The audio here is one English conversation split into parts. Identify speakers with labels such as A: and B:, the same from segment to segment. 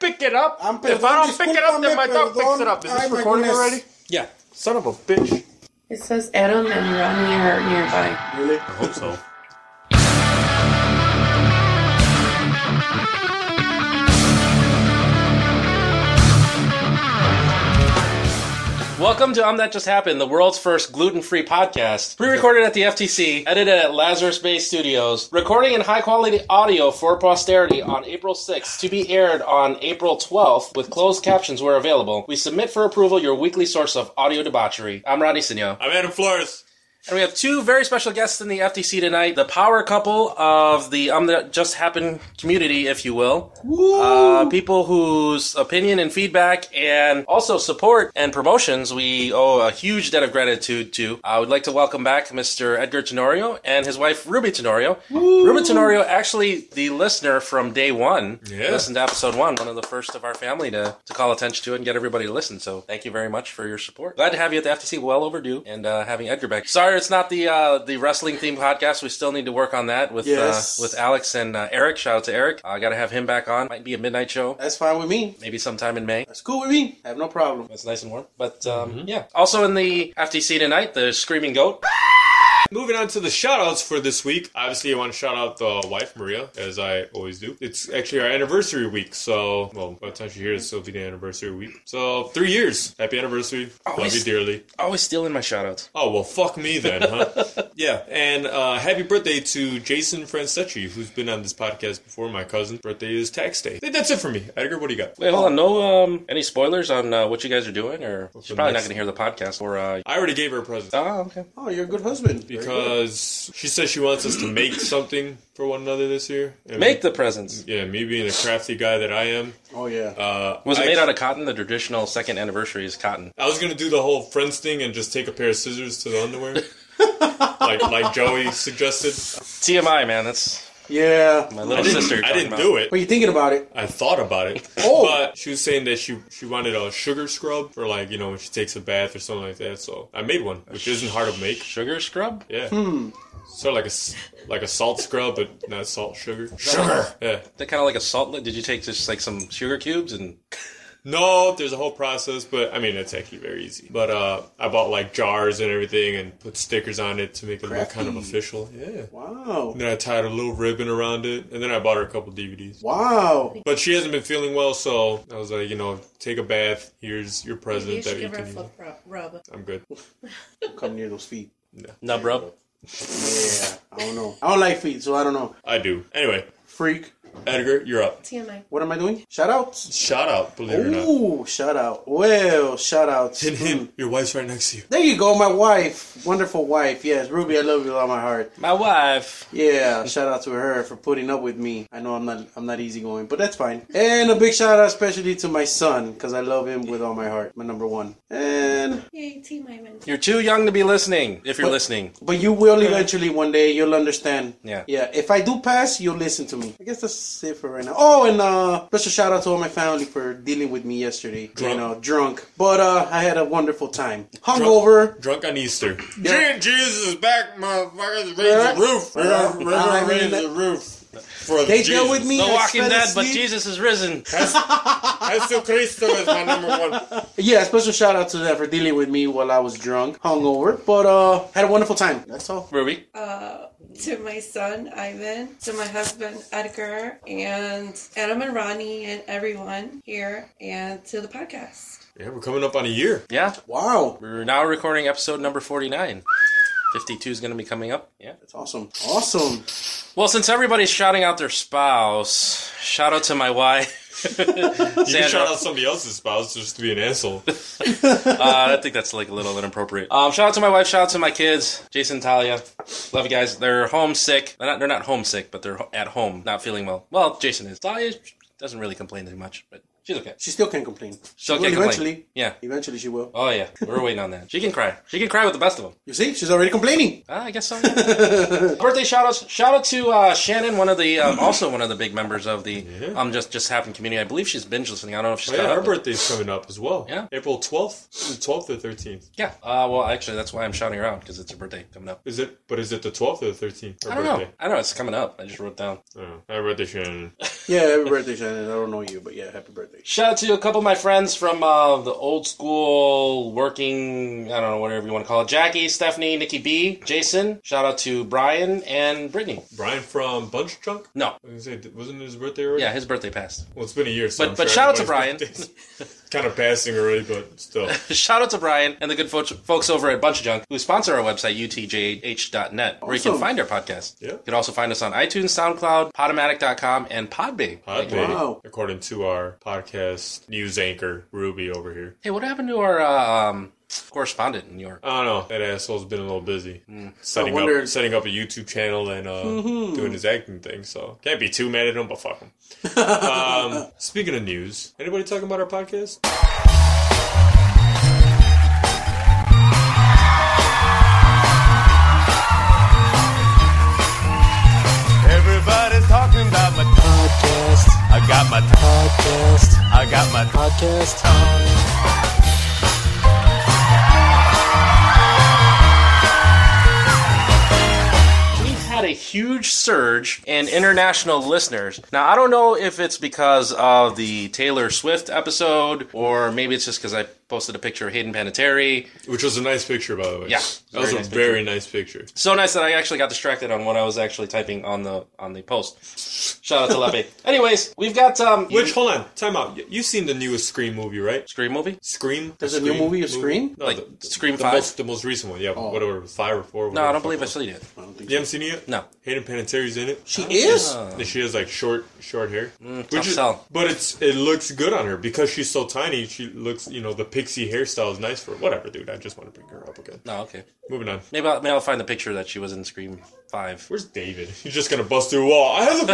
A: pick it up,
B: I'm
A: if I don't pick it up, then my
B: Um,
A: dog
B: discúlpame,
A: picks it
B: perdón.
A: up. Is
B: Ay,
A: this
B: my
A: recording
B: goodness.
A: already? Yeah. Son of a bitch.
C: It says Adam and Ronnie are nearby.
B: Really?
A: I hope so. Welcome to Um That Just Happened, the world's first gluten free podcast. Pre recorded at the FTC, edited at Lazarus Bay Studios, recording in high quality audio for posterity on April 6th, to be aired on April 12th with closed captions where available. We submit for approval your weekly source of audio debauchery. I'm Ronnie Sinio.
D: I'm Adam Flores.
A: And we have two very special guests in the FTC tonight. The power couple of the um that just happened community, if you will. Uh, people whose opinion and feedback and also support and promotions we owe a huge debt of gratitude to. I would like to welcome back Mr. Edgar Tenorio and his wife Ruby Tenorio. Ruby Tenorio, actually the listener from day one,
D: Yeah.
A: listened to episode one, one of the first of our family to, to call attention to it and get everybody to listen. So thank you very much for your support. Glad to have you at the FTC, well overdue, and uh, having Edgar back. Sorry, it's not the uh, the wrestling themed podcast. We still need to work on that with
B: Yes.
A: uh, with Alex and uh, Eric. Shout out to Eric. I uh, got to have him back on. Might be a midnight show.
B: That's fine with me.
A: Maybe sometime in May.
B: That's cool with me. I have no problem.
A: That's nice and warm. But um, yeah. Also in the FTC tonight, the Screaming Goat.
D: Moving on to the shoutouts for this week. Obviously, I want to shout out the wife, Maria, as I always do. It's actually our anniversary week, so, well, by the time she hears, it'll be the anniversary week. So, three years. Happy anniversary. Love you
A: Always-
D: dearly.
A: Always stealing my shout outs.
D: Oh, well, fuck me then, huh? yeah, and uh, happy birthday to Jason Franceschi, who's been on this podcast before. My cousin's birthday is tax day. I think that's it for me. Edgar, what do you got?
A: Wait, hold on. No, um, any spoilers on uh, what you guys are doing, or she's probably not
D: next- Ah,
A: going to hear the podcast. Or uh,
D: I already gave her a present.
A: oh, okay.
B: Oh, you're a good husband. Very good.
D: Because she says she wants us to make something for one another this year. And
A: Make the presents.
D: Yeah, me being the crafty guy that I am.
B: Oh, yeah.
D: Uh,
A: Was it
D: I,
A: made out of cotton? The traditional second anniversary is cotton.
D: I was gonna do the whole friends thing and just take a pair of scissors to the underwear, like like Joey suggested.
A: TMI, man. That's
B: yeah.
A: my
D: I
A: little
D: didn't,
A: sister.
D: I didn't do it.
B: What are you thinking about it?
D: I thought about it.
B: Oh.
D: But she was saying that she she wanted a sugar scrub for like you know when she takes a bath or something like that. So I made one, which isn't hard to make.
A: Sugar scrub?
D: Yeah.
A: Hmm.
D: Sort of like a s- like a salt scrub, but not salt sugar. Sugar. Yeah.
A: That kind of like a salt lick? Did you take just like some sugar cubes and
D: No, there's a whole process, but I mean it's actually very easy. But uh, I bought like jars and everything, and put stickers on it to make it look kind of
B: Crafty.
D: official. Yeah.
B: Wow.
D: And then I tied a little ribbon around it, and then I bought her a couple DVDs.
B: Wow.
D: But she hasn't been feeling well, so I was like, you know, take a bath. Here's your
C: You
D: present
C: should
D: that you
C: give her
D: can.
C: a
D: use.
C: flip rub. rub.
D: I'm good.
B: Come near those feet.
A: nub rub?
B: Yeah. I don't know. I don't like feet, so I don't know.
D: I do. Anyway,
B: Freak.
D: Edgar, you're up.
C: TMI.
B: What am I doing? Shout outs.
D: Shout out, believe it or not.
B: Ooh, shout out. Well, shout outs.
D: Him,
B: Hmm.
D: him, your wife's right next to you.
B: There you go, my wife. Wonderful wife. Yes, Ruby, I love you with all my heart.
A: My wife.
B: Yeah, shout out to her for putting up with me. I know I'm not I'm not easygoing, but that's fine. And a big shout out especially to my son because I love him with all my heart. My number one. And
C: Yay, TMI wins.
A: You're too young to be listening. If you're
B: What?
A: listening,
B: but you will eventually one day. You'll understand.
A: Yeah.
B: Yeah. If I do pass, you'll listen to me. I guess that's it for right now. Oh, and uh, special shout out to all my family for dealing with me yesterday.
D: Drunk.
B: You know, drunk, but uh, I had a wonderful time. Hungover.
D: Drunk on Easter.
B: Yeah.
D: Je- Jesus is back, motherfuckers. Raise
B: Yeah.
D: the roof. We're gonna- we're
B: I
D: gonna
B: mean
D: raise
B: that-
D: the roof. For
B: They
D: Jesus.
B: deal with me.
A: The
B: I
A: Walking
B: fell
A: Dead, but
B: asleep.
A: Jesus is risen.
D: Jesu Cristo is my number one.
B: Yeah, special shout out to them for dealing with me while I was drunk, hungover, but uh, had a wonderful time. That's all.
A: Ruby,
C: Uh, to my son, Ivan. To my husband, Edgar. And Adam and Ronnie and everyone here. And to the podcast.
D: Yeah, we're coming up on a year.
A: yeah,
B: Wow,
A: we're now recording episode number forty-nine. Fifty-two is going to be coming up. Yeah.
B: that's awesome, awesome.
A: Well, since everybody's shouting out their spouse, shout out to my wife.
D: You can shout
A: Sandra.
D: out somebody else's spouse just to be an asshole.
A: uh, I think that's like a little inappropriate. Um, shout out to my wife. Shout out to my kids, Jason, Talia. Love you guys. They're homesick. They're not. They're not homesick, but they're ho- at home, not feeling well. Well, Jason is. Talia doesn't really complain too much, but she's okay.
B: She still can't complain.
A: She'll
B: will
A: get complain.
B: eventually.
A: Yeah.
B: Eventually, she will.
A: Oh yeah, we're waiting on that. She can cry. She can cry with the best of them.
B: You see, she's already complaining.
A: Ah, I guess so. yeah. Birthday shout outs. Shout out to uh, Shannon, one of the um, also one of the big members of the um just just happened community. I believe she's binge listening. I don't know if she's
D: Oh, yeah,
A: caught up.
D: our
A: but-
D: birthday's coming up as well.
A: Yeah.
D: April 12th. Is it 12th or 13th?
A: Yeah. Uh, well, actually, that's why I'm shouting her out because it's her birthday coming up.
D: Is it? But is it the 12th or the 13th? Her
A: I don't know.
D: birthday.
A: I know it's coming up. I just wrote it down.
D: Oh, happy birthday, Shannon.
B: Yeah, happy birthday, Shannon. I don't know you, but yeah, happy birthday. birthday.
A: Shout out to a couple of my friends from uh, the old school working, I don't know, whatever you want to call it. Jackie, Stephanie, Nikki B, Jason. Shout out to Brian and Brittany.
D: Brian from Bunch Chunk?
A: No.
D: I was gonna say, wasn't it his birthday already?
A: Yeah, his birthday passed.
D: Well, it's been a year. So
A: But-
D: I'm
A: but
D: sure
A: shout out to Brian.
D: everybody's birthdays- kind of passing already, but still.
A: Shout out to Brian and the good fo- folks over at Bunch of Junk who sponsor our website, utjh.net, where you can
B: Awesome.
A: find our podcast.
D: Yeah.
A: You can also find us on iTunes, SoundCloud, Podomatic.com, and Podbay.
D: Hot
A: Like,
D: day,
B: wow.
D: according to our podcast news anchor, Ruby over here.
A: hey, what happened to our uh, um, correspondent in New York?
D: I don't know. That asshole's been a little busy
A: Mm.
D: setting
B: I wonder-
D: up setting up a YouTube channel and uh, doing his acting thing. So can't be too mad at him, but fuck him. um, speaking of news, anybody talking about our podcast?
E: Everybody's talking about my podcast. I got my podcast. I got my podcast on.
A: We had a huge surge in international listeners. Now, I don't know if it's because of the Taylor Swift episode, or maybe it's just because I posted a picture of Hayden Panettiere.
D: Which was a nice picture, by the way.
A: Yeah,
D: that
A: very
D: was a
A: nice
D: very nice picture.
A: So nice that I actually got distracted on what I was actually typing on the on the post. Shout out to Lepe. Anyways, we've got um
D: Which hold on, time out. Y- You've seen the newest Scream movie, right?
A: Scream movie?
D: Scream.
B: There's a new movie of Scream?
D: No,
A: Like
D: the, the-
A: Scream
D: the
A: 5?
D: Most, the most recent one, yeah. Whatever, five or four.
A: No, I don't believe I've seen it.
B: I don't think
D: You haven't seen it yet?
A: No.
D: Hayden Panettiere's in it.
B: She is?
A: Uh,
D: And she has like short, short hair,
A: tough sell.
D: but it's it looks good on her because she's so tiny. She looks, you know, the pixie hairstyle is nice for her. whatever, dude. I just want to bring her up again.
A: No, okay.
D: Moving on.
A: Maybe I'll, maybe I'll find the picture that she was in Scream 5.
D: Where's David? He's just gonna bust through a wall. I have the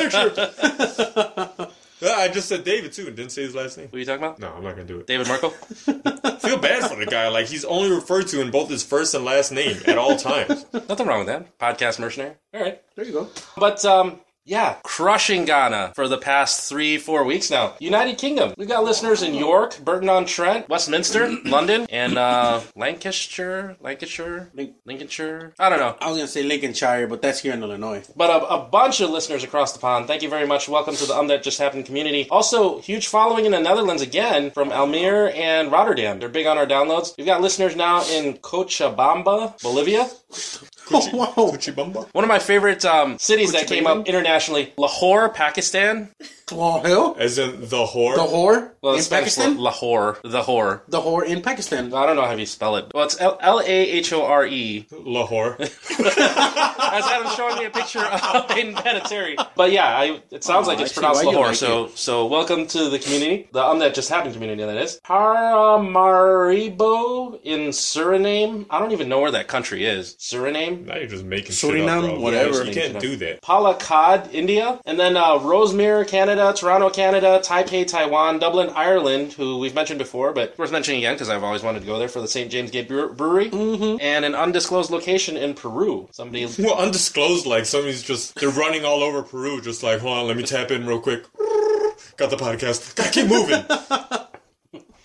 D: picture. Yeah, I just said David too and didn't say his last name.
A: What are you talking about?
D: No, I'm not gonna do it.
A: David Merkel?
D: I feel bad for the guy. Like he's only referred to in both his first and last name at all times.
A: Nothing wrong with that. Podcast mercenary. All right.
B: There you go.
A: But um yeah, crushing Ghana for the past three, four weeks now. United Kingdom. We've got listeners in York, Burton on Trent, Westminster, London, and uh, Lancashire, Lancashire,
B: Link-
A: Lincolnshire. I don't know.
B: I was going to say Lincolnshire, but that's here in Illinois.
A: but a, a bunch of listeners across the pond. Thank you very much. Welcome to the Um That Just Happened community. Also, huge following in the Netherlands again from Almere and Rotterdam. They're big on our downloads. We've got listeners now in Cochabamba, Bolivia.
B: Oh, wow.
D: Chibamba.
A: One of my favorite um, cities that came up internationally, Lahore, Pakistan.
B: Claw Hill?
D: As in the whore.
B: The whore?
A: Well,
B: in
A: it's Spanish
B: Pakistan?
A: word, Lahore, the whore.
B: the whore in Pakistan.
A: I don't know how you spell it. Well, it's L A H O R E.
D: Lahore.
A: As Adam's showing me a picture of Hayden Panettiere. But yeah, I, it sounds like it's
B: actually,
A: pronounced
B: Oh, why do you
A: Lahore.
B: like
A: so, so welcome to the community, the um that just happened community that is Paramaribo in Suriname. I don't even know where that country is. Suriname.
D: now you're just making shit up,
B: Suriname,
D: bro. Yeah,
B: whatever.
D: You can't do that.
A: Palakkad, India, and then uh, Rosemere, Canada, Toronto, Canada, Taipei, Taiwan, Dublin, Ireland, who we've mentioned before, but worth mentioning again because I've always wanted to go there for the St. James Gate Brewer- Brewery,
B: Mm-hmm.
A: and an undisclosed location in Peru. Somebody.
D: Well, undisclosed, like somebody's just they're running all over Peru, just like, hold on, let me tap in real quick. Got the podcast. Gotta keep moving.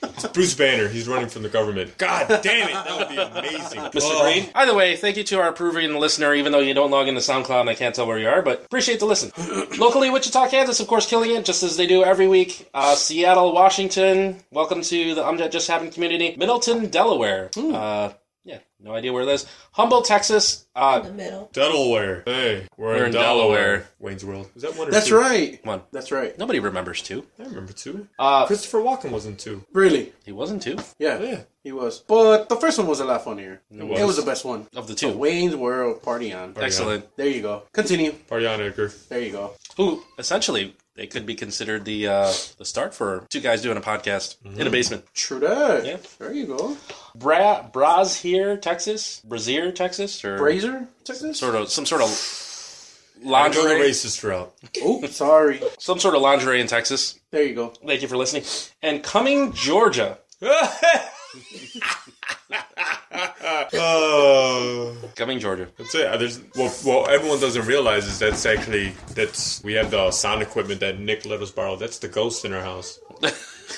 D: It's Bruce Banner, he's running from the government. God damn it, that would be amazing. Oh, Mr.
A: Agreed. Either way, thank you to our Peruvian listener, even though you don't log into SoundCloud and I can't tell where you are, but appreciate the listen. Locally, Wichita, Kansas, of course, killing it, just as they do every week. Uh, Seattle, Washington, welcome to the Um That Just Happened community. Middleton, Delaware. Uh, yeah, no idea where that is. Humble, Texas. Uh,
C: In the middle.
D: Delaware. Hey, we're, in,
A: in
D: Delaware.
A: Delaware.
D: Wayne's World. Is that one or
B: That's
D: two?
B: right.
A: One.
B: That's right.
A: Nobody remembers two.
D: I remember two.
A: Uh,
D: Christopher Walken was in two.
B: Really?
A: He wasn't two
B: Yeah,
D: Yeah.
B: he was. But the first one was a lot funnier. It
D: was.
B: the best one.
A: of the two.
B: Wayne's World Party On.
A: Excellent.
B: There you go. Continue.
D: Party on, Edgar.
B: There you go.
A: Who essentially they could be considered the uh, the start for two guys doing a podcast in a basement.
B: True that.
A: Yeah.
B: There you go.
A: Bra Braz here, Texas. Brazier, Texas, or
B: Brazier, Texas?
A: sort of some sort of
D: I'm going the
A: lingerie,
D: racist route.
B: Oh, sorry.
A: some sort of lingerie in Texas.
B: There you go.
A: Thank you for listening. And coming Georgia,
D: oh.
A: coming Georgia.
D: That's it. There's well, well, everyone doesn't realize is that's actually that's we have the sound equipment that Nick let us borrow. That's the ghost in our house.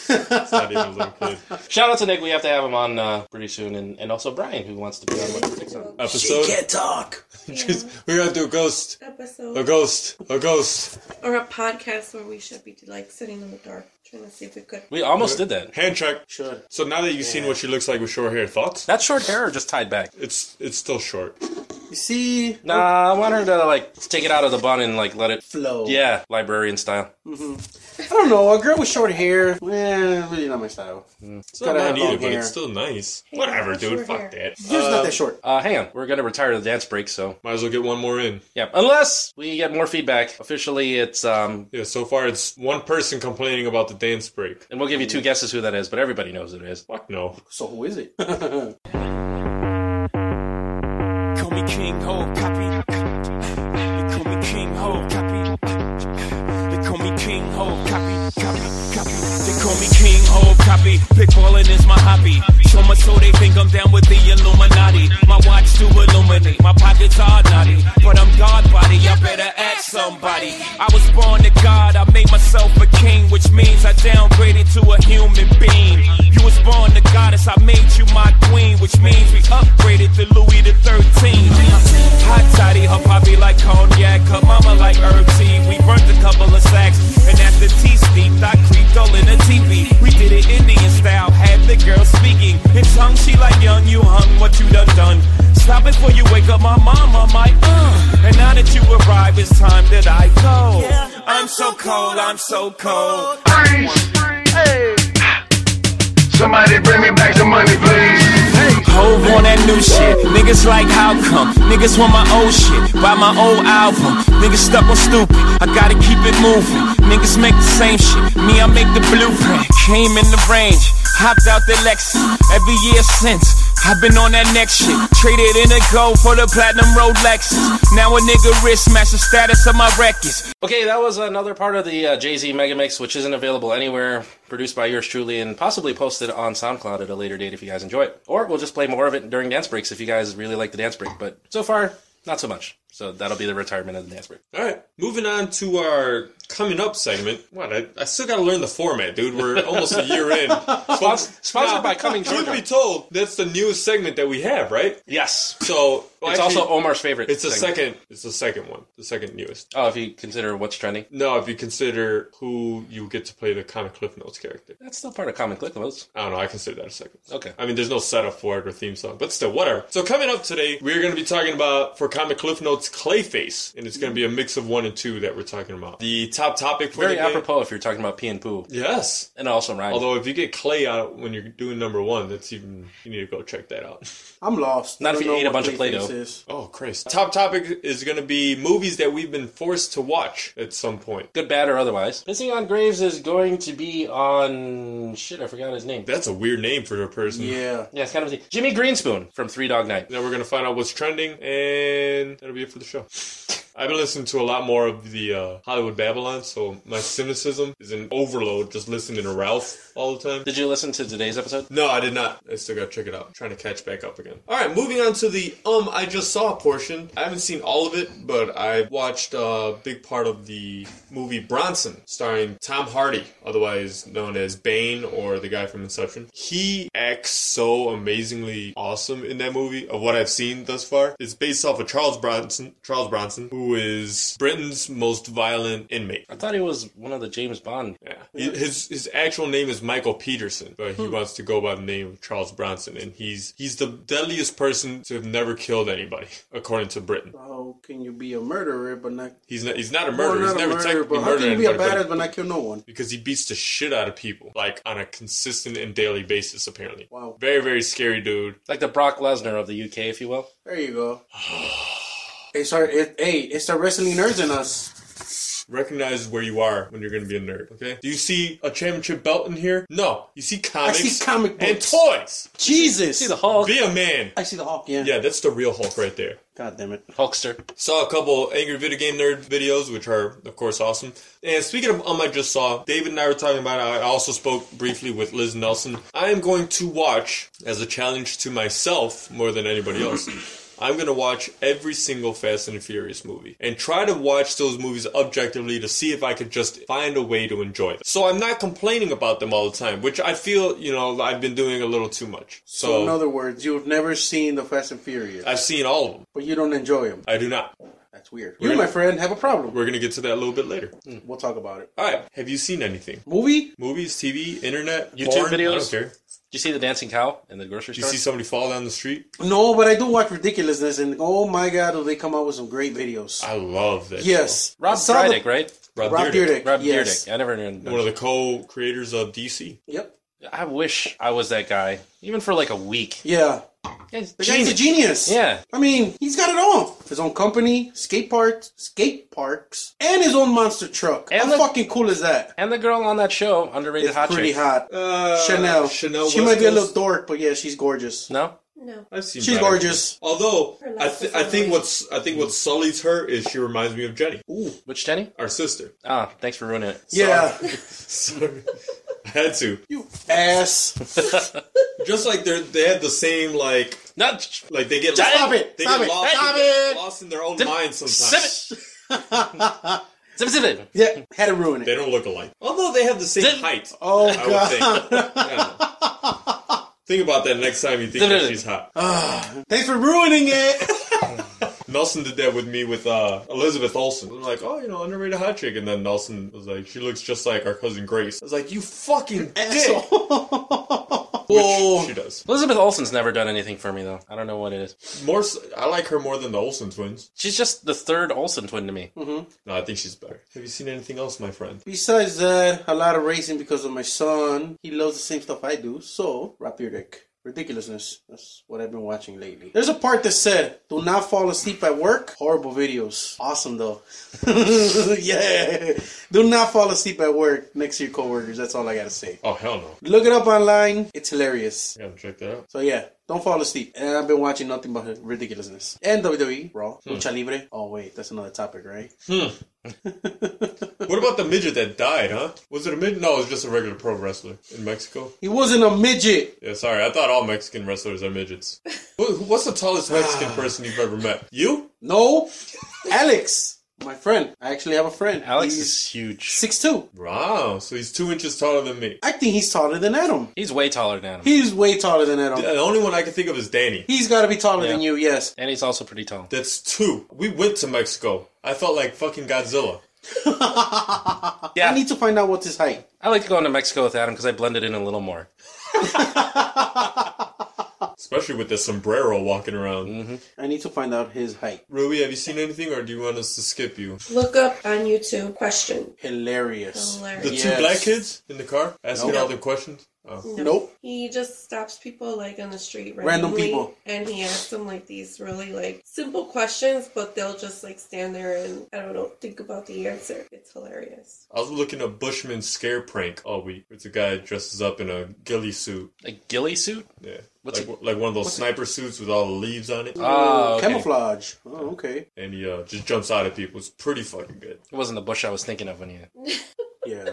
D: It's not even a little kid.
A: Shout out to Nick. We have to have him on uh, pretty soon, and, and also Brian, who wants to be on with us.
D: Episode.
B: talk.
D: Just- we're gonna do a ghost. A
C: episode
D: ghost. A ghost.
C: or a podcast where we should be like sitting in the dark trying to see if we could.
A: We almost did that.
D: Hand check.
B: Should.
D: So now that you've seen what she looks like with short hair, thoughts?
A: That short hair or just tied back?
D: It's it's still short.
B: You see?
A: Nah, I want her to like take it out of the bun and like let it.
B: Flow.
A: Yeah, librarian style.
B: I don't know. A girl with short hair, eh, really not my style.
D: It's
B: Gotta
D: not mine
B: have long
D: either, but
B: hair.
D: it's still nice.
C: Hey,
D: Whatever,
C: short
D: dude. Fuck
C: hair.
D: that.
B: Yours not that short.
A: Uh, hang on, we're gonna retire the dance break, so
D: Might as well get one more in.
A: yeah. Unless we get more feedback. Officially, it's um,
D: Yeah, so far it's one person complaining about the dance break.
A: and we'll give you two guesses who that is, but everybody knows who it is.
D: Fuck no.
B: So who is it? All
E: Call me King Ho, copy. They call me King Ho, copy. They call me King Ho, copy, copy, copy. They call me King Ho, copy. Pickballing is my hobby. So much so they think I'm down with the Illuminati. My watch do illuminate, my pockets are naughty. But I'm God body, I better ask somebody. I was born to God, I made myself a king, which means I downgraded to a human being. You was born the goddess, I made you my queen, which means we upgraded to Louis the 13th. Hot toddy, her poppy like cognac, her mama like herb tea. We burnt a couple of sacks, and after tea steeped, I creeped all in the TV. We did it Indian style, had the girl speaking in tongue. She like young, you hung, what you done done. Stop it before you wake up, my mama might. Uh. And now that you arrive, it's time that I go. I'm so cold, I'm so cold.
F: Somebody bring me back the money, please.
E: Hove on that new shit. Niggas like how come? Niggas want my old shit. Buy my old album. Niggas stuck on stupid. I gotta keep it moving. Niggas make the same shit. Me, I make the blueprint. Came in the range. Hopped out the Lexus. Every year since. I've been on that next shit. Traded in a gold for the platinum Rolexes. Now a nigga wrist match the status of my records.
A: Okay, that was another part of the uh, Jay Z Mega Mix, which isn't available anywhere. Produced by yours truly, and possibly posted on SoundCloud at a later date if you guys enjoy it. Or we'll just play more of it during dance breaks if you guys really like the dance break. But so far, not so much. So that'll be the retirement of the dance break.
D: Alright, moving on to our coming up segment. What? I, I still gotta learn the format, dude. We're almost a year in. Spons-
A: Sponsored
D: Nah,
A: by Coming
D: Truth be
A: Georgia.
D: told, that's the newest segment that we have, right?
A: Yes.
D: So well,
A: It's
D: actually,
A: also Omar's favorite.
D: It's the
A: segment.
D: second. It's the second one. The second newest.
A: Oh, if you consider what's trending,
D: No, if you consider who you get to play the comic Cliff Notes character.
A: that's still part of Common Click Notes.
D: I don't know. I consider that a second.
A: Okay.
D: I mean, there's no setup for it or theme song, but still, whatever. So coming up today, we're going to be talking about for comic cliff notes Clayface, and it's going to be a mix of one and two that we're talking about. The top topic for
A: Very
D: the day-
A: apropos if you're talking about pee and poo,
D: Yes.
A: and also rhymes.
D: Although if you get clay out when you're doing number one, that's even you need to go check that out.
B: I'm lost.
A: Not
B: I
A: if
B: don't
A: you
B: know
A: ate a
B: what
A: bunch of Play-Doh.
B: Clayface is.
D: Oh Christ! Top topic is going to be movies that we've been forced to watch at some point.
A: good, bad, or otherwise, pissing on graves is going to be on shit. I forgot his name.
D: That's a weird name for a person.
B: Yeah.
A: Yeah, it's kind of a thing. Jimmy Greenspoon from Three Dog Night.
D: Now we're gonna find out what's trending, and that'll be it for the show. I've been listening to a lot more of the uh, Hollywood Babylon, so my cynicism is an overload just listening to Ralph all the time.
A: Did you listen to today's episode?
D: No, I did not. I still gotta check it out. trying to catch back up again. All right, moving on to the um I just saw portion. I haven't seen all of it, but I watched a big part of the movie Bronson, starring Tom Hardy, otherwise known as Bane or the guy from Inception. He acts so amazingly awesome in that movie. Of what I've seen thus far, it's based off of Charles Bronson. Charles Bronson, who is Britain's most violent inmate.
A: I thought he was one of the James Bond.
D: Yeah. He- His his actual name is Michael Peterson, but
B: Hmm.
D: he wants to go by the name of Charles Bronson, and he's he's the deadliest person to have never killed anybody, according to Britain.
B: How can you be a murderer but not?
D: He's not he's not a
B: Well,
D: murderer.
B: not
D: he's never technically
B: but how
D: murdered
B: can you be a
D: anybody. but-
B: badass but not kill no one?
D: because he beats the shit out of people, like on a consistent and daily basis, apparently.
B: Wow.
D: Very, very scary dude.
A: Like the Brock Lesnar of the UK, if you will.
B: There you go. It's our it, hey, it's our wrestling nerds in us.
D: Recognize where you are when you're going to be a nerd, okay? Do you see a championship belt in here? No. You see comics.
B: see comic
D: And
B: books.
D: toys.
B: Jesus,
A: See the Hulk.
D: Be a man.
B: I see the Hulk. Yeah.
D: Yeah, that's the real Hulk right there.
B: God damn it.
A: Hulkster.
D: Saw a couple angry video game nerd videos, which are of course awesome. And speaking of um, I just saw David and I were talking about. it. I also spoke briefly with Liz Nelson. I am going to watch as a challenge to myself more than anybody else. I'm gonna watch every single Fast and Furious movie and try to watch those movies objectively to see if I could just find a way to enjoy them. So I'm not complaining about them all the time, which I feel you know I've been doing a little too much. So,
B: So, in other words, you've never seen the Fast and Furious,
D: I've seen all of them.
B: but you don't enjoy them.
D: I do not.
B: That's weird. You,
D: We're-
B: my friend, have a problem.
D: We're gonna get to that a little bit later.
B: We'll talk about it.
D: All right. Have you seen anything?
B: Movie?
D: Movies, TV, internet,
A: YouTube
D: porn? I don't
A: videos?
D: care.
A: Did you see the dancing cow in the grocery
D: Do you
A: store?
D: see somebody fall down the street?
B: No, but I do watch ridiculousness, and oh my god, do they come out with some great videos?
D: I love that.
B: yes, I
A: Uh, Rob
B: saw the-
A: Dyrdek, right?
D: show. Rob,
B: Rob
D: Dyrdek,
B: Dyrdek.
A: Rob
B: yes.
A: Dyrdek. I never knew.
D: one of the co-creators of DC.
B: Yep.
A: I wish I was that guy, even for like a week.
B: Yeah.
A: He's
B: The guy's a genius.
A: Yeah.
B: I mean, he's got it all. His own company, skate parks, skate parks, and his own monster truck.
A: And
B: How
A: the-
B: fucking cool is that?
A: And the girl on that show, underrated
B: It's
A: hot
B: pretty
A: chick.
B: hot.
D: Uh,
B: Chanel.
D: Chanel.
B: She
D: West
B: might be a little
D: Coast.
B: dork, but yeah, she's gorgeous.
A: No,
C: No.
D: I've seen
B: She's
D: better.
B: gorgeous.
D: Although
C: Her
D: I,
C: life
D: th-
C: is
D: I think
C: amazing.
D: what's I think what sullies her is she reminds me of Jenny,
A: which Jenny?
D: our sister.
A: Ah, thanks for ruining it.
B: Yeah.
D: Sorry. I had to.
B: you ass.
D: Just like they are they have the same like
A: Not
D: like they get
B: Stop
D: lost,
B: it.
D: They
B: Stop
D: get
B: it.
D: lost,
B: Stop
D: they get
B: it.
D: lost in their own
A: Zip-
D: minds sometimes.
A: zip it. Zip it, zip it.
B: Yeah. Had to ruin
D: They
B: it.
D: don't look alike. Although they have the same
A: Zip-
D: height.
B: Oh,
D: I would think. Yeah. Think about that next time you think
A: Zip-
D: that
A: zip-
D: she's hot.
B: Thanks for ruining it.
D: Nelson did that with me with uh, Elizabeth Olsen. I'm like, oh, you know, underrated hot chick. And then Nelson was like, she looks just like our cousin Grace. I was like, you fucking dick.
B: Whoa.
D: She does.
A: Elizabeth Olsen's never done anything for me though. I don't know what it is.
D: More, s- I like her more than the Olsen twins.
A: She's just the third Olsen twin to me.
D: No, I think she's better. Have you seen anything else, my friend?
B: Besides that, a lot of racing because of my son. He loves the same stuff I do. So, wrap your dick. Ridiculousness. That's what I've been watching lately. There's a part that said, "Do not fall asleep at work." Horrible videos. Awesome though. yeah. Do not fall asleep at work next to your coworkers. That's all I gotta say.
D: Oh hell no!
B: Look it up online. It's hilarious.
D: I gotta check that out.
B: So yeah, don't fall asleep. And I've been watching nothing but ridiculousness and WWE Raw, Lucha Libre. Oh wait, that's another topic, right?
D: What about the midget that died? Huh? Was it a midget? No, it was just a regular pro wrestler in Mexico.
B: He wasn't a midget.
D: Yeah, sorry. I thought all Mexican wrestlers are midgets. Who- who- What's the tallest Mexican person you've ever met? You?
B: No, Alex, my friend. I actually have a friend.
A: Alex
B: he's
A: is huge.
B: six two.
D: Wow. So he's two inches taller than me.
B: I think he's taller than Adam.
A: He's way taller than him,
B: He's way taller than Adam.
D: The only one I can think of is Danny.
B: He's got to be taller
A: Yeah.
B: than you. Yes.
A: and he's also pretty tall.
D: That's two. We went to Mexico. I felt like fucking Godzilla.
A: Yeah,
B: I need to find out what's his height.
A: I like going to Mexico with Adam because I blended in a little more.
D: Especially with the sombrero walking around.
B: I need to find out his height.
D: Ruby, have you seen anything or do you want us to skip you?
C: Look up on YouTube. Question.
B: Hilarious.
D: The
C: Hilarious.
D: two
B: Yes.
D: black kids in the car asking
B: Nope.
D: all the questions? Oh.
C: No.
B: Nope.
C: He just stops people like on the street
B: Random
C: randomly,
B: people.
C: and he asks them like these really like simple questions, but they'll just like stand there and I don't know think about the answer. It's hilarious.
D: I was looking up Bushman scare prank all week. It's a guy dresses up in a ghillie suit.
A: A ghillie suit?
D: Yeah.
A: What's
D: like, like one of those sniper suits with all the leaves on it.
A: Oh, okay.
B: Camouflage. Oh, okay.
D: and he uh, just jumps out at people. It's pretty fucking good.
A: It wasn't the bush I was thinking of when you.
B: Yeah.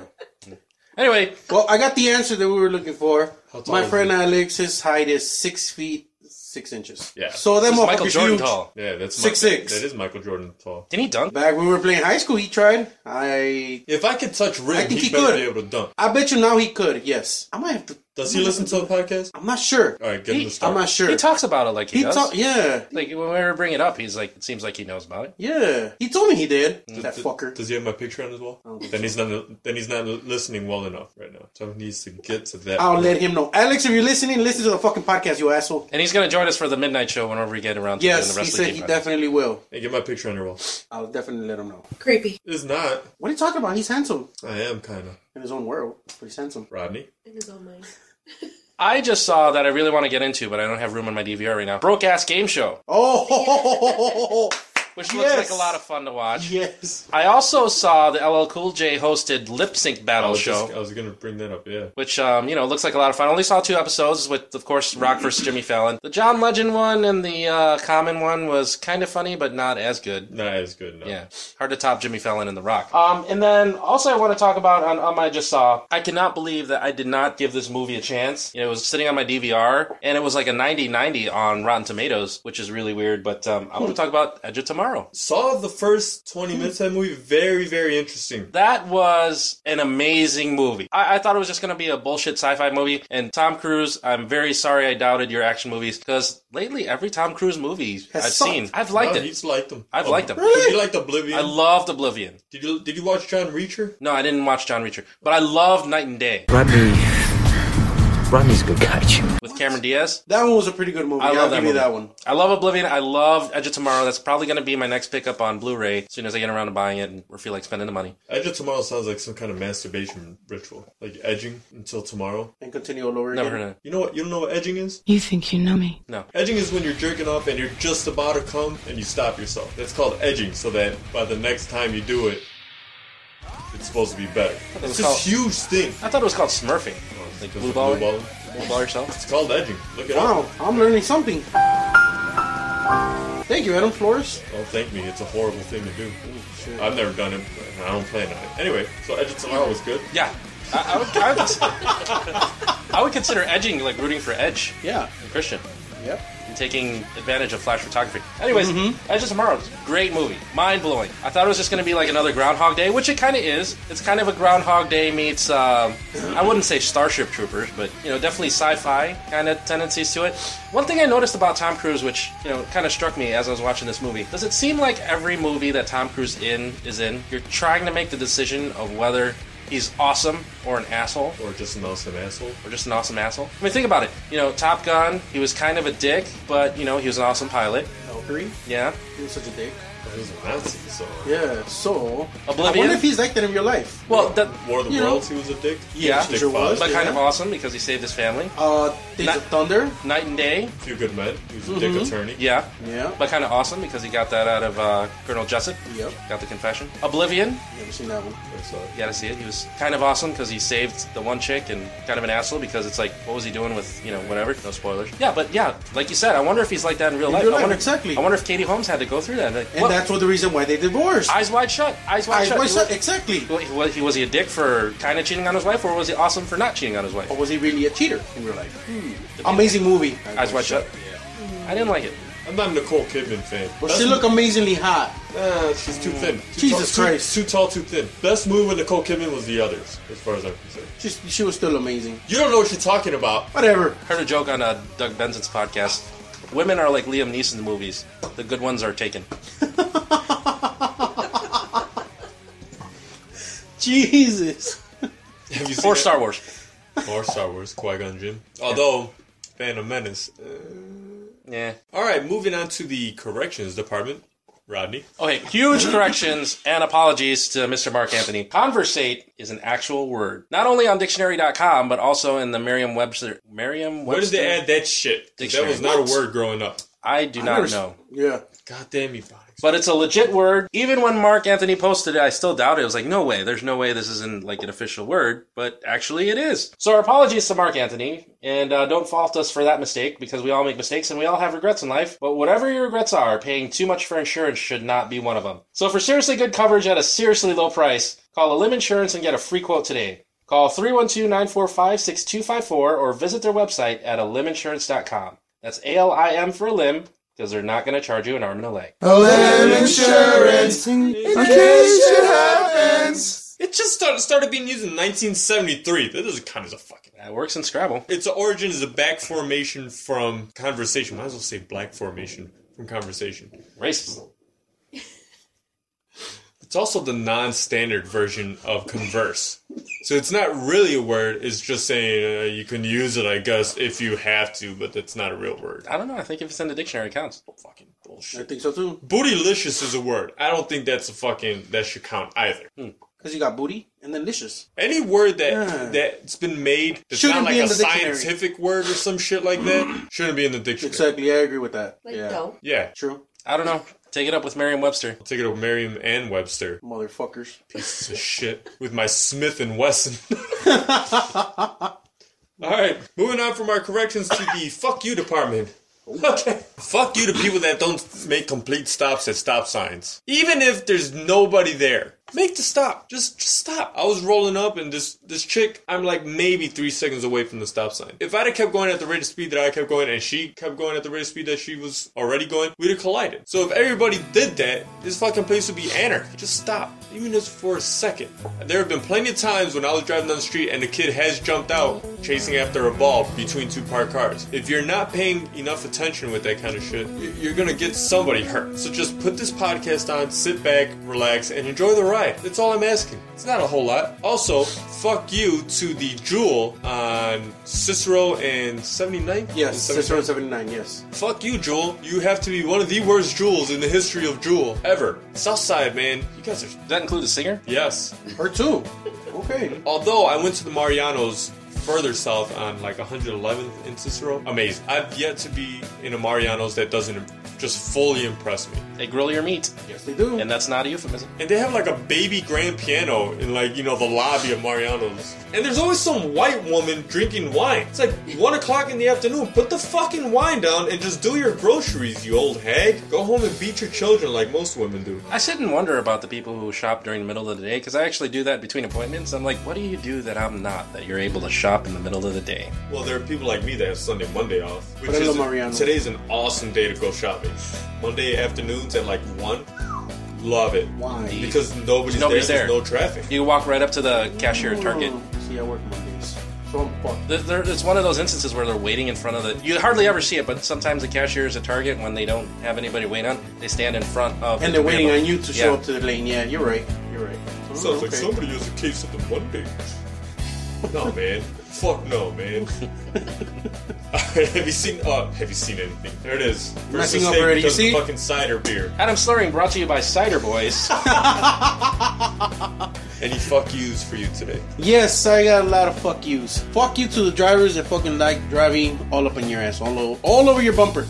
A: Anyway,
B: Well, I got the answer that we were looking for.
D: How tall
B: My
D: is
B: friend Alex, his height is six feet six inches.
D: Yeah.
B: So that
A: this is Michael
B: motherfucker's
A: Jordan
B: huge.
A: tall.
D: Yeah, that's
B: Six,
D: Mi-
B: six.
D: That is Michael Jordan tall.
A: Didn't he dunk?
B: Back when we were playing high school, he tried. I
D: If I could touch rim,
B: I think
D: he
B: he
D: better
B: could.
D: be able to dunk.
B: I bet you now he could. Yes, I might have to.
D: Does he listen to the podcast?
B: I'm not sure.
A: Oh,
D: All right, get him
A: He-
D: to start.
B: I'm not sure.
A: He talks about it like he,
B: He
A: does.
B: ta- yeah,
A: Like when we ever bring it up, he's like, it seems like he knows about it.
B: yeah. He told me he did.
A: Mm.
B: That
D: Th-
B: fucker. Oh.
D: Does he have my picture on his wall? Then he's not. Then he's not listening well enough right now. So he needs to get to that.
B: I'll let him know. Alex, if you're listening, listen to the fucking podcast, you asshole.
A: And he's gonna join us for the midnight show whenever we get around to doing
B: Yes,
A: the
B: he
A: rest of the
B: said he
A: game.
B: definitely will.
D: Hey, get my picture on your wall.
B: I'll definitely let him know.
C: Creepy.
D: It's not.
B: What are you talking about? He's handsome
D: I am kind of
B: in his own world, but he's handsome.
D: Rodney.
C: In his own mind.
A: I just saw that I really want to get into, but I don't have room on my DVR right now. Broke ass game show.
B: Oh, ho, ho, ho, ho, ho, ho.
A: which looks
B: Yes.
A: like a lot of fun to watch.
B: Yes.
A: I also saw the LL Cool J hosted lip sync
D: I
B: Oh,
A: battle
D: was,
A: show.
D: just, I was gonna bring that up. Yeah.
A: which um, you know looks like a lot of fun. I only saw two episodes with, of course, Rock versus Jimmy Fallon. The John Legend one and the uh, Common one was kind of funny, but not as good.
D: Not as good. No.
A: Yeah, hard to top Jimmy Fallon and The Rock. Um, and then also I want to talk about on um I just saw. I cannot believe that I did not give this movie a chance. You know, it was sitting on my DVR and it was like a 90-90 on Rotten Tomatoes, which is really weird. But um, I want to talk about Edge of Tomorrow.
D: Saw the first twenty minutes of that movie. Very, very interesting.
A: That was an amazing movie. I, I thought it was just going to be a bullshit sci fi movie. And Tom Cruise, I'm very sorry I doubted your action movies because lately every Tom Cruise movie I've
B: sucked.
A: seen, I've liked
D: No,
A: it.
D: He's Oh, liked them.
A: I've liked them.
D: Really? You liked Oblivion?
A: I loved Oblivion.
D: did you Did you watch John Reacher?
A: No, I didn't watch John Reacher, but I loved Night and Day
G: Rodney. Rodney's a good catch.
A: with Cameron Diaz.
B: That one was a pretty good movie.
A: I
B: I
A: love
B: will
A: that
B: give you
A: movie.
B: that one.
A: I love Oblivion. I love Edge of Tomorrow. That's probably going to be my next pickup on Blu ray as soon as I get around to buying it and or feel like spending the money.
D: Edge of Tomorrow sounds like some kind of masturbation ritual, like edging until tomorrow.
B: And continue all over
A: Never
B: again.
A: heard of it.
D: You know what? You don't know what edging is?
H: You think you know me?
D: Edging is when you're jerking off and you're just about to come and you stop yourself. That's called edging, so that by the next time you do it, it's supposed to be better. It's
A: called-
D: this huge thing.
A: I thought it was called Smurfing. Like blue ball, blue
D: Blue ball.
A: ball yourself.
D: It's called edging. Look it up.
B: Wow, I'm learning something. Thank you, Adam Flores.
D: Don't thank me. It's a horrible thing to do. I've never done it. and I don't plan on it. Anyway, so Edge of Tomorrow was good.
A: Yeah. I, I, would, I, would, I would consider edging, like rooting for Edge
B: Yeah.
A: and Christian
B: Yep.
A: and taking advantage of flash photography. Anyways, Edge of Tomorrow, great movie, mind blowing. I thought it was just going to be like another Groundhog Day, which it kind of is. It's kind of a Groundhog Day meets, um, I wouldn't say Starship Troopers, but you know, definitely sci-fi kind of tendencies to it. One thing I noticed about Tom Cruise, which you know, kind of struck me as I was watching this movie, does it seem like every movie that Tom Cruise in is in, you're trying to make the decision of whether he's awesome or an asshole
D: Or just an awesome asshole.
A: or just an awesome asshole. I mean, think about it. You know, Top Gun, he was kind of a dick, but, you know, he was an awesome pilot.
B: Valkyrie.
A: Yeah.
B: He was such a dick.
D: He was a Nazi, so.
B: Yeah, so. I
A: Oblivion?
B: wonder if he's like that in real life.
A: Well, that,
D: War of the
B: You know-
D: Worlds, he was a dick.
A: Yeah,
D: Dick
B: sure
D: Fox.
B: was.
A: but kind
B: yeah.
A: of awesome because he saved his family.
B: Uh, Days
A: Not-
B: of Thunder.
A: Night and Day,
D: Few Good Men, he was a dick attorney.
A: yeah.
B: Yeah.
A: But kind of awesome because he got that out of uh, Colonel Jessup.
B: Yep.
A: Got the confession. Oblivion,
B: Never seen that one.
D: That's, uh,
A: you gotta see it. He was kind of awesome because he saved the one chick and kind of an asshole because it's like, what was he doing with, you know, whatever. No spoilers. Yeah, but yeah, like you said, I wonder if he's like that in real life.
B: real
A: I
B: life,
A: wonder,
B: exactly.
A: I wonder if Katie Holmes had to go through that. Like,
B: And
A: what?
B: that's what the reason why they divorced.
A: Eyes wide shut. Eyes wide
B: I,
A: shut.
B: why
A: He
B: so-
A: was-
B: exactly.
A: Well, he- Was he, was he a dick for kind of cheating on his wife, or was he awesome for not cheating on his wife?
B: Or was he really a cheater in real life?
A: Hmm.
B: Amazing movie.
A: Eyes wide shut. I didn't like it.
D: I'm not a Nicole Kidman fan.
B: But
D: That's-
B: she look amazingly hot.
A: Uh,
D: Nah, she's too thin. Too
B: Jesus
D: tall, too-
B: Christ.
D: Too, tall, too thin. Best move with Nicole Kidman was the others, as far as I'm concerned.
B: She, she was still amazing.
D: You don't know what you're talking about.
B: Whatever.
A: Heard a joke on uh, Doug Benson's podcast. Women are like Liam Neeson's movies. The good ones are taken.
B: Jesus.
D: Have you seen
A: Or
D: that?
A: Star Wars.
D: Or Star Wars, Qui Gon Jinn. Although, Phantom Menace. uh,
A: Yeah.
D: all right, moving on to the corrections department. Rodney.
A: Okay, huge corrections and apologies to Mr. Mark Anthony. Conversate is an actual word, not only on dictionary.com, but also in the Merriam Webster. Merriam
D: Why did
A: Webster?
D: they add that shit? 'Cause That was not a word growing up.
A: I do not know.
B: Yeah.
D: God damn you, Fox.
A: But it's a legit word. Even when Mark Anthony posted it, I still doubted. it. I was like, no way. There's no way this isn't like an official word. But actually, it is. So our apologies to Mark Anthony, and uh, don't fault us for that mistake because we all make mistakes and we all have regrets in life. But whatever your regrets are, paying too much for insurance should not be one of them. So for seriously good coverage at a seriously low price, call Elim Insurance and get a free quote today. Call 312-945-6254 or visit their website at aliminsurance.com. That's A-L-I-M for a limb because they're not going to charge you an arm and a leg.
D: It just started, started being used in 1973. That doesn't count as a fucking.
A: That works in Scrabble.
D: Its origin is a back formation from conversation. Might as well say black formation from conversation.
A: Racist.
D: It's also the non-standard version of converse. So it's not really a word. It's just saying uh, you can use it, I guess, if you have to, but that's not a real word.
A: I don't know. I think if it's in the dictionary, it counts.
D: Fucking
B: I
D: bullshit.
B: think so too.
D: Bootylicious is a word. I don't think that's a fucking that should count either.
B: Because you got booty and then licious.
D: Any word that
B: Yeah.
D: that's been made that's
B: Shouldn't
D: not like
B: be in
D: a
B: the dictionary.
D: scientific word or some shit like that shouldn't be in the dictionary.
B: Exactly. I agree with that.
C: Like
B: yeah.
C: dope.
D: Yeah,
B: True.
A: I don't know. Take it up with Merriam-Webster.
D: I'll take it over Merriam and Webster.
B: Motherfuckers.
D: Pieces of shit. With my Smith and Wesson. All right, moving on from our corrections to the fuck you department. Okay. Fuck you to people that don't make complete stops at stop signs. Even if there's nobody there, make the stop. Just, just stop. I was rolling up and this this chick, I'm like maybe three seconds away from the stop sign. If I'd have kept going at the rate of speed that I kept going and she kept going at the rate of speed that she was already going, we'd have collided. So if everybody did that, this fucking place would be anarchy. Just stop. Even just for a second. There have been plenty of times when I was driving down the street and the kid has jumped out chasing after a ball between two parked cars. If you're not paying enough attention with that kind of shit, y- you're gonna get somebody hurt. So just put this podcast on, sit back, relax, and enjoy the ride. That's all I'm asking. It's not a whole lot. Also, fuck you to the Jewel on Cicero and 79th?
B: Yes,
D: And 79th?
B: Cicero 79, yes.
D: Fuck you, Jewel. You have to be one of the worst Jewels in the history of Jewel ever. Southside, man. You guys are.
A: Does that include the singer?
D: Yes.
B: Her too. Okay.
D: Although I went to the Marianos further south on like 111th in Cicero. Amazing. I've yet to be in a Marianos that doesn't just fully impress me.
A: They grill your meat,
B: Yes, they do.
A: and that's not a euphemism.
D: And they have like a baby grand piano in like, you know, the lobby of Mariano's. And there's always some white woman drinking wine. It's like one o'clock in the afternoon. Put the fucking wine down and just do your groceries, you old hag. Go home and beat your children like most women do.
A: I sit and wonder about the people who shop during the middle of the day because I actually do that between appointments. I'm like, what do you do that I'm not that you're able to shop in the middle of the day?
D: Well, there are people like me that have Sunday, Monday off. Which
B: Hello,
D: is
B: Mariano.
D: today's an awesome day to go shopping. Monday afternoons at like one, love it
B: Why?
D: because nobody's,
A: Nobody's there.
D: there, There's no traffic.
A: You walk right up to the cashier at Target.
B: See, I work Mondays. So I'm fucked.
A: There, there, it's one of those instances where they're waiting in front of the. You hardly ever see it, but sometimes the cashiers at Target, when they don't have anybody wait on, they stand in front of.
B: And
A: the
B: they're waiting
A: conveyor
B: on
A: belt.
B: you to
A: Yeah.
B: show up to the lane. Yeah, you're right. You're right. Oh,
D: Sounds like
B: okay.
D: somebody has a case of the Monday. No man, fuck no man. Alright, have you seen? Uh, have you seen anything? There it is. First
B: Messing up
D: mistake
B: already, you
D: because of
B: see?
D: fucking cider beer.
A: Adam Slurring brought to you by Cider Boys.
D: Any fuck yous for you today?
B: Yes, I got a lot of fuck yous. Fuck you to the drivers that fucking like driving all up in your ass, all over, all over your bumper.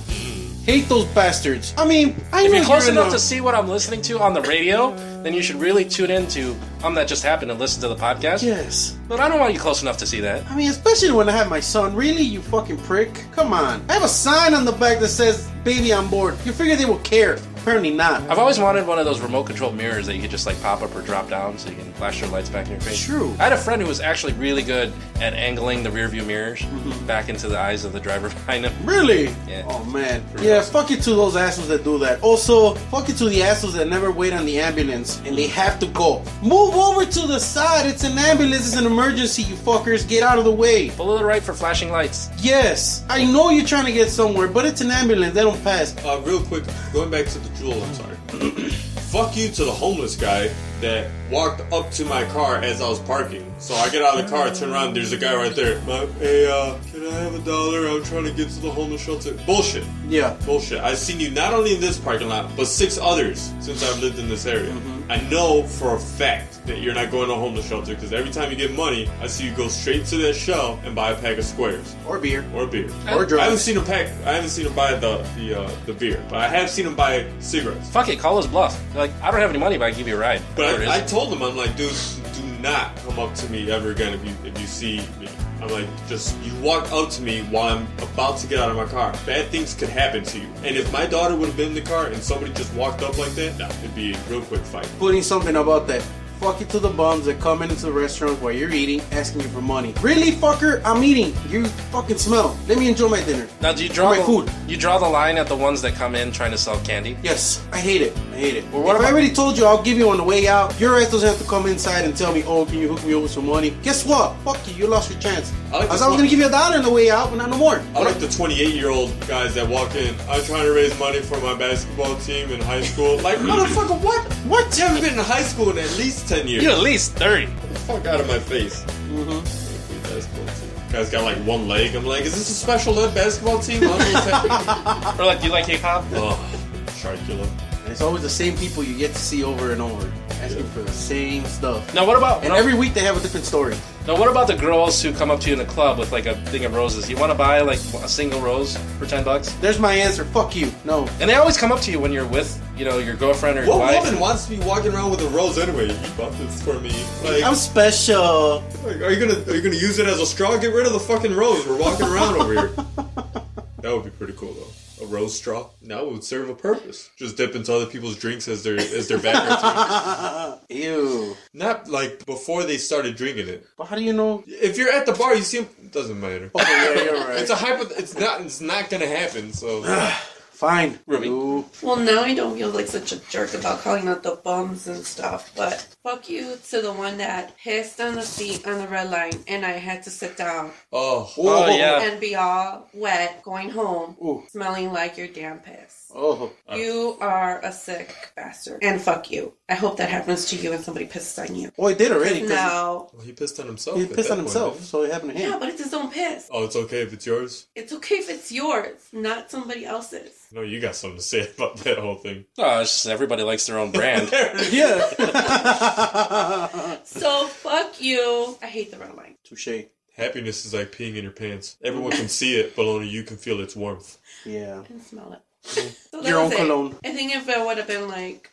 B: Hate those bastards. I mean, I
A: if
B: know
A: you're close
B: in
A: enough
B: a-
A: to see what I'm listening to on the radio, then you should really tune into um that just happened and listen to the podcast.
B: Yes.
A: But I don't want you close enough to see that.
B: I mean, especially when I have my son. Really, you fucking prick? Come on. I have a sign on the back that says "Baby on board." You figure they will care? Apparently not.
A: I've always wanted one of those remote control mirrors that you could just like pop up or drop down so you can flash your lights back in your face.
B: True.
A: I had a friend who was actually really good at angling the rearview mirrors back into the eyes of the driver behind him.
B: Really?
A: Yeah.
B: Oh man. Yeah, fuck it to those assholes that do that. Also, fuck it to the assholes that never wait on the ambulance and they have to go. Move over to the side. It's an ambulance. It's an emergency. You fuckers, get out of the way.
A: Pull to the right for flashing lights.
B: Yes, I know you're trying to get somewhere, but it's an ambulance. They don't pass.
D: Uh, real quick, going back to the jewel, I'm sorry. Fuck you to the homeless guy that walked up to my car as I was parking. So I get out of the car, turn around, there's a guy right there. My, hey, uh, can I have a dollar? I'm trying to get to the homeless shelter. Bullshit.
B: Yeah.
D: Bullshit. I've seen you not only in this parking lot, but six others since I've lived in this area. I know for a fact that you're not going to a homeless shelter because every time you get money, I see you go straight to that shell and buy a pack of squares
B: Or beer.
D: or beer.
B: Or drugs.
D: I haven't seen him pack. I haven't seen him buy the the uh, the beer, but I have seen him buy cigarettes.
A: Fuck it, call his bluff. They're like, I don't have any money, but I can give you a ride. There
D: But
A: it
D: I, I
A: is.
D: told him, I'm like, dude, do not come up to me ever again if you if you see me. I'm like, just you walk up to me while I'm about to get out of my car. Bad things could happen to you. And if my daughter would have been in the car and somebody just walked up like that, nah, it'd be a real quick fight.
B: putting something about that. Fuck it to the bums that come into the restaurant while you're eating, asking you for money. Really, fucker? I'm eating. You fucking smell. Let me enjoy my dinner.
A: Now, do you draw
B: My
A: the,
B: food.
A: You draw the line at the ones that come in trying to sell candy.
B: Yes, I hate it. I hate it. Well,
A: what
B: what if I
A: about-
B: already told you I'll give you on the way out? Your ass doesn't have to come inside and tell me, oh, can you hook me up with some money? Guess what? Fuck you. You lost your chance.
D: I like
B: As
D: this
B: I was
D: one.
B: gonna give you a dollar on the way out, but not no more.
D: I like the 28 year old guys that walk in. I'm trying to raise money for my basketball team in high school. Like, motherfucker, what? What? You haven't been in high school in at least 10 years.
A: You're at least 30.
D: fuck out of my face. Mm-hmm. Guy's got like one leg. I'm like, is this a special ed basketball team?
A: Or like, do you like hip hop?
D: oh, Sharkula.
B: And it's always the same people you get to see over and over, asking for the same stuff.
A: Now, what about
B: And every week they have a different story.
A: now what about the girls who come up to you in the club with like a thing of roses? You want to buy like a single rose for ten bucks,
B: There's my answer. Fuck you. No.
A: and they always come up to you when you're with you know, your girlfriend or your
D: What
A: wife.
D: woman wants to be walking around with a rose anyway? You bought this for me. Like,
B: I'm special.
D: like, are you gonna are you gonna use it as a straw? Get rid of the fucking rose. We're walking around over here. That would be pretty cool though. A rose straw? No, it would serve a purpose. Just dip into other people's drinks as their as their background. drink.
B: Ew.
D: Not like before they started drinking it.
B: But how do you know?
D: If you're at the bar, you see 'em- It doesn't matter.
B: Okay, Oh, yeah, you're Oh,
D: It's a hypo. It's not. It's not gonna happen. So
B: Fine.
D: Ruby.
B: You-
C: Well, now I don't feel like such a jerk about calling out the bums and stuff, but fuck you to the one that pissed on the seat on the red line and I had to sit down
D: Oh,
A: Oh, yeah.
C: and be all wet going home
B: Ooh.
C: smelling like your damn piss.
B: Oh.
C: You are a sick bastard. And fuck you. I hope that happens to you and somebody pisses on you.
B: Oh, he did already. 'cause
C: Now,
D: Well, he pissed on himself.
B: He
D: at
B: pissed
D: that
B: on
D: point,
B: himself,
D: didn't
B: so it happened to him.
C: yeah, but it's his own piss.
D: he? Oh, it's okay if it's yours.
C: It's okay if it's yours, not somebody else's.
D: No, you got something to say about that whole thing.
A: Oh, it's just everybody likes their own brand.
B: Yeah.
C: So fuck you. I hate the red line.
B: Touche.
D: Happiness is like peeing in your pants. Everyone can see it, but only you can feel its warmth.
B: Yeah.
C: and smell it. So that
B: Mm. Your own
C: was it.
B: cologne.
C: I think if I would have been like,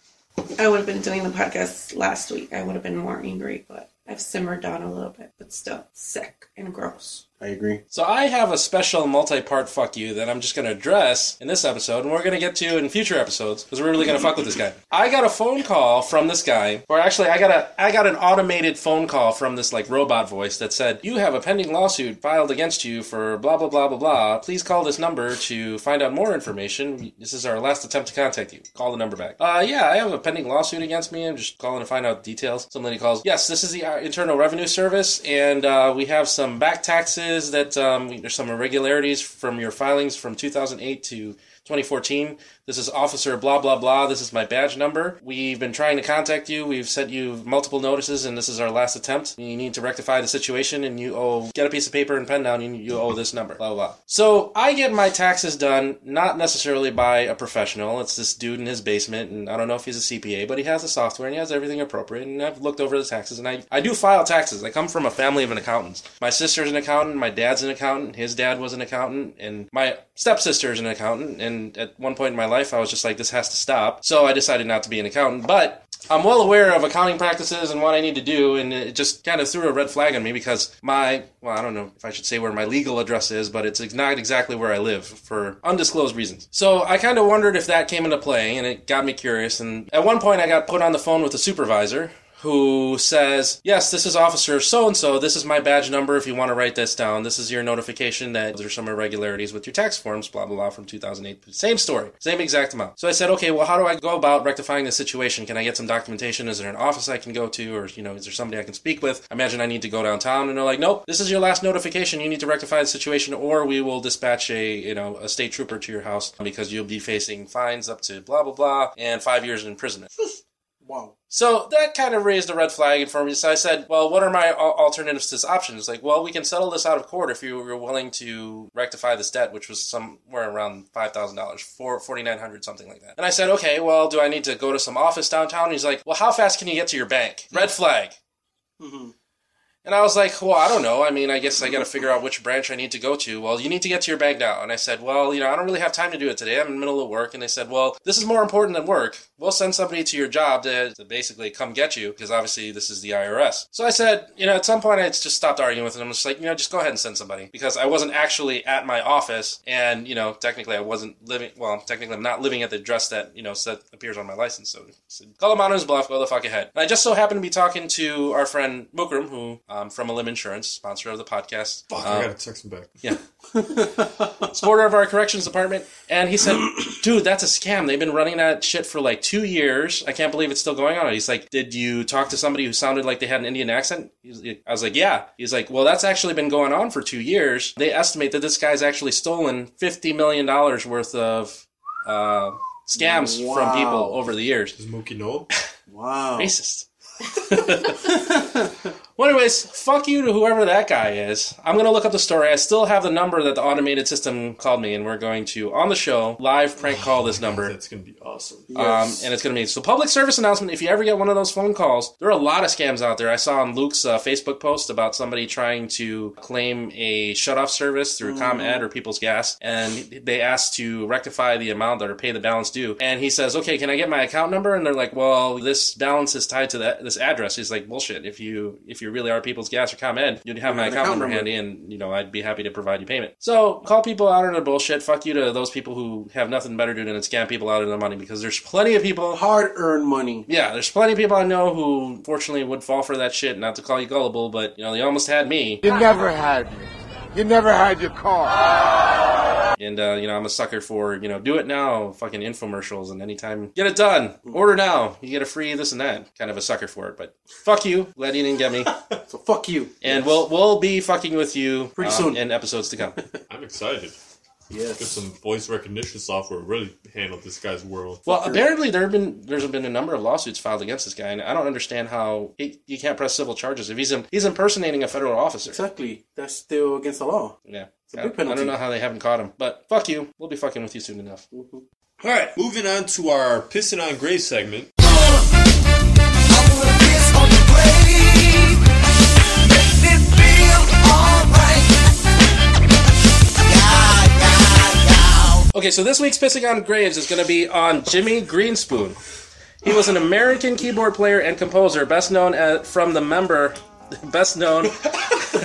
C: I would have been doing the podcast last week, I would have been more angry, but I've simmered down a little bit, but still sick and gross.
B: I agree.
A: so I have a special multi-part fuck you that I'm just going to address in this episode, and we're going to get to in future episodes because we're really going to fuck with this guy. I got a phone call from this guy, or actually, I got a I got an automated phone call from this like robot voice that said, "You have a pending lawsuit filed against you for blah blah blah blah blah. Please call this number to find out more information. This is our last attempt to contact you. Call the number back." Uh, yeah, I have a pending lawsuit against me. I'm just calling to find out details. Some lady calls. Yes, this is the uh, Internal Revenue Service, and uh, we have some back taxes that um, we- there's some irregularities from your filings from 2008 to 2014. This is Officer blah blah blah. This is my badge number. We've been trying to contact you. We've sent you multiple notices, and this is our last attempt. You need to rectify the situation, and you owe get a piece of paper and pen down, and you owe this number. Blah blah. blah. So I get my taxes done, not necessarily by a professional. It's this dude in his basement, and I don't know if he's a CPA, but he has the software and he has everything appropriate. And I've looked over the taxes, and I I do file taxes. I come from a family of an accountants. My sister's an accountant. My dad's an accountant. His dad was an accountant, and my stepsister is an accountant. And at one point in my life, I was just like, this has to stop. So I decided not to be an accountant, but. I'm well aware of accounting practices and what I need to do, and it just kind of threw a red flag on me because my, well, I don't know if I should say where my legal address is, but it's not exactly where I live for undisclosed reasons. So I kind of wondered if that came into play, and it got me curious. And at one point, I got put on the phone with a supervisor who says, Yes, this is Officer so and so. This is my badge number if you want to write this down. This is your notification that there's some irregularities with your tax forms, blah, blah, blah, from 2008. Same story, same exact amount. So I said, Okay, well, how do I go about rectifying this situation? Can I get some documentation? Is there an office I can go to? Or, you know, is there somebody I can speak with? I imagine I need to go downtown. And they're like, Nope, this is your last notification. You need to rectify the situation, or we will dispatch a, you know, a state trooper to your house because you'll be facing fines up to blah, blah, blah, and five years in imprisonment.
B: Wow.
A: So that kind of raised a red flag for me. So I said, "Well, what are my al- alternatives to this option?" It's like, "Well, we can settle this out of court if you were willing to rectify this debt, which was somewhere around five thousand dollars, four forty nine hundred, something like that." And I said, "Okay, well, do I need to go to some office downtown?" And he's like, "Well, how fast can you get to your bank?" Red flag.
B: Mhm.
A: And I was like, well, I don't know. I mean, I guess I got to figure out which branch I need to go to. Well, you need to get to your bank now. And I said, well, you know, I don't really have time to do it today. I'm in the middle of work. And they said, well, this is more important than work. We'll send somebody to your job to, to basically come get you because obviously this is the IRS. So I said, you know, at some point I just stopped arguing with them. I'm just like, you know, just go ahead and send somebody because I wasn't actually at my office. And, you know, technically I wasn't living, well, technically I'm not living at the address that, you know, said appears on my license. So I said, call him out on his bluff, go the fuck ahead. And I just so happened to be talking to our friend Mukram, who um, from Elim Insurance, sponsor of the podcast.
D: Fuck,
A: Um,
D: I gotta text him back.
A: yeah. Supporter of our corrections department. And he said, Dude, that's a scam. They've been running that shit for like two years. I can't believe it's still going on. He's like, Did you talk to somebody who sounded like they had an Indian accent? He's- I was like, Yeah. He's like, Well, that's actually been going on for two years. They estimate that this guy's actually stolen $50 million worth of uh, scams from
B: Wow.
A: people over the years.
B: Oh. Um,
D: Does Mookie know?
B: Wow.
A: Racist. Well, anyways, fuck you to whoever that guy is. I'm gonna look up the story. I still have the number that the automated system called me, and we're going to on the show live prank call this number.
D: That's gonna be awesome.
A: Um, and it's going to be so public service announcement. If you ever get one of those phone calls, there are a lot of scams out there. I saw on Luke's uh, Facebook post about somebody trying to claim a shutoff service through ComEd or People's Gas, and they asked to rectify the amount or pay the balance due. And he says, "Okay, can I get my account number?" And they're like, "Well, this balance is tied to that this address." He's like, "Bullshit! If you if you really are People's Gas or ComEd, you'd have my
B: an
A: account,
B: account
A: number
B: number.
A: handy, and you know I'd be happy to provide you payment." So call people out on their bullshit. Fuck you to those people who have nothing better to do than scam people out of their money because there's plenty of people
B: Hard earned money.
A: yeah, there's plenty of people I know who fortunately would fall for that shit. Not to call you gullible, but you know, they almost had me.
H: You never had me. You never had your car.
A: And uh, you know, I'm a sucker for you know, do it now, fucking infomercials, and anytime get it done, order now, you get a free this and that. Kind of a sucker for it, but fuck you, glad you didn't get me.
B: So fuck you.
A: And we'll we'll be fucking with you um,
B: Pretty soon.
A: in episodes to come.
D: I'm excited. Get
B: Yes.
D: some voice recognition software really handled this guy's world.
A: Well, apparently there have been there's been a number of lawsuits filed against this guy, and I don't understand how he, you can't press civil charges if he's im- he's impersonating a federal officer.
B: Exactly. That's still against the law.
A: Yeah. I,
B: a big
A: I
B: penalty.
A: don't know how they haven't caught him, but fuck you. We'll be fucking with you soon enough.
D: All right, moving on to our pissing on Gray segment.
A: Okay, so this week's Pissing on Graves is going to be on Jimmy Greenspoon. He was an American keyboard player and composer, best known as, from the member, best known,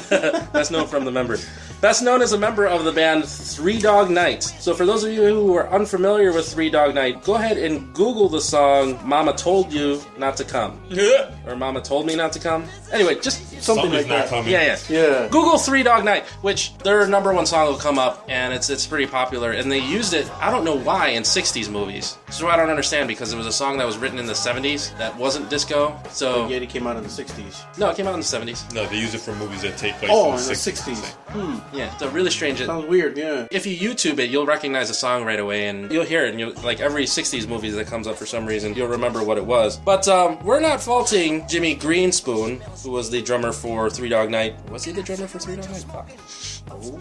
A: best known from the member, best known as a member of the band Three Dog Night. So for those of you who are unfamiliar with Three Dog Night, go ahead and Google the song "Mama Told You Not to Come"
D: Somebody's
A: or "Mama Told Me Not to Come." Anyway, just something like
D: not
A: that.
D: coming.
A: Yeah, yeah.
B: Yeah.
A: Google Three Dog Night, which their number one song will come up, and it's it's pretty popular. And they used it, I don't know why, in '60s movies. So I don't understand because it was a song that was written in the '70s that wasn't disco. So
B: Yeti came out in the 60s.
A: no, it came out in the '70s.
D: No, they use it for movies that take place
B: Oh,
D: in
B: in the
D: 60s.
B: 60s.
A: Yeah, so really strange. It,
B: Sounds weird, yeah.
A: if you YouTube it, you'll recognize the song right away, and you'll hear it. And you like every '60s movie that comes up for some reason, you'll remember what it was. But um, we're not faulting Jimmy Greenspoon, who was the drummer for Three Dog Night. Was he the drummer for Three Dog Night? Fuck.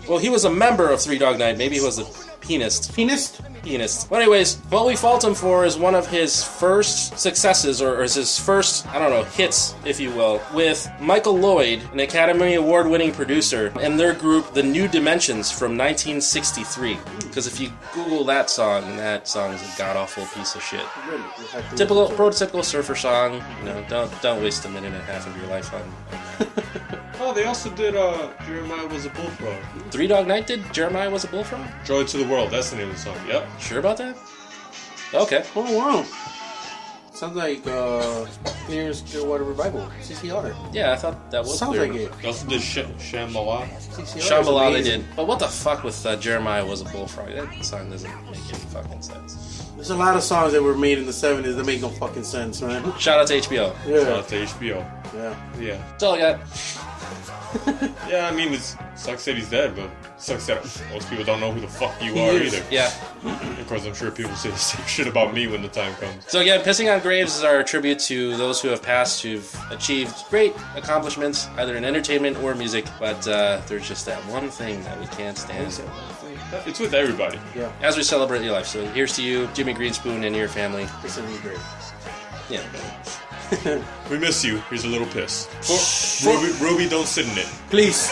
A: Well, he was a member of Three Dog Night. Maybe he was the pianist.
B: Penis?
A: Pianist. But anyways, what we fault him for is one of his first successes, or, or is his first, I don't know, hits, if you will, with Michael Lloyd, an Academy Award-winning producer, and their group, The New Dimensions, from 1963. Because if you Google that song, that song is a god awful piece of shit.
B: Really? You have to-
A: Typical, prototypical surfer song. You know, don't don't waste a minute and a half of your life on. on that.
D: Oh, they also did uh, Jeremiah Was a Bullfrog.
A: Three Dog Night did Jeremiah was a bullfrog.
D: Joy to the World, that's the name of the song. Yep.
A: Sure about that? Okay.
B: Oh, wow. Sounds like uh, Clearance Clearwater Revival. CCR.
A: Yeah, I thought that was
B: Sounds
A: clear.
B: like it.
D: They also did Sh- Shambhala.
B: CCR. is
A: Shambhala they
B: amazing.
A: did. But what the fuck with uh, Jeremiah was a bullfrog? That song doesn't make any fucking sense.
B: There's a lot of songs that were made in the 70s that make no fucking sense, man.
A: Shout out to HBO.
D: Shout
B: Yeah.
D: out to HBO.
B: yeah.
D: Yeah.
A: That's all I got.
D: Yeah, I mean, it sucks that he's dead, but sucks that most people don't know who the fuck you
B: He
D: are
B: is.
D: either.
A: Yeah.
D: Of course, I'm sure people say the same shit about me when the time comes.
A: So again, pissing on graves is our tribute to those who have passed, who've achieved great accomplishments, either in entertainment or music. But uh, there's just that one thing that we can't stand.
D: It's with everybody.
A: As we celebrate your life, so here's to you, Jimmy Greenspoon, and your family.
B: This is great.
A: Yeah.
D: We miss you. Here's a little piss. For- Ruby, Ruby, don't sit in it.
B: Please.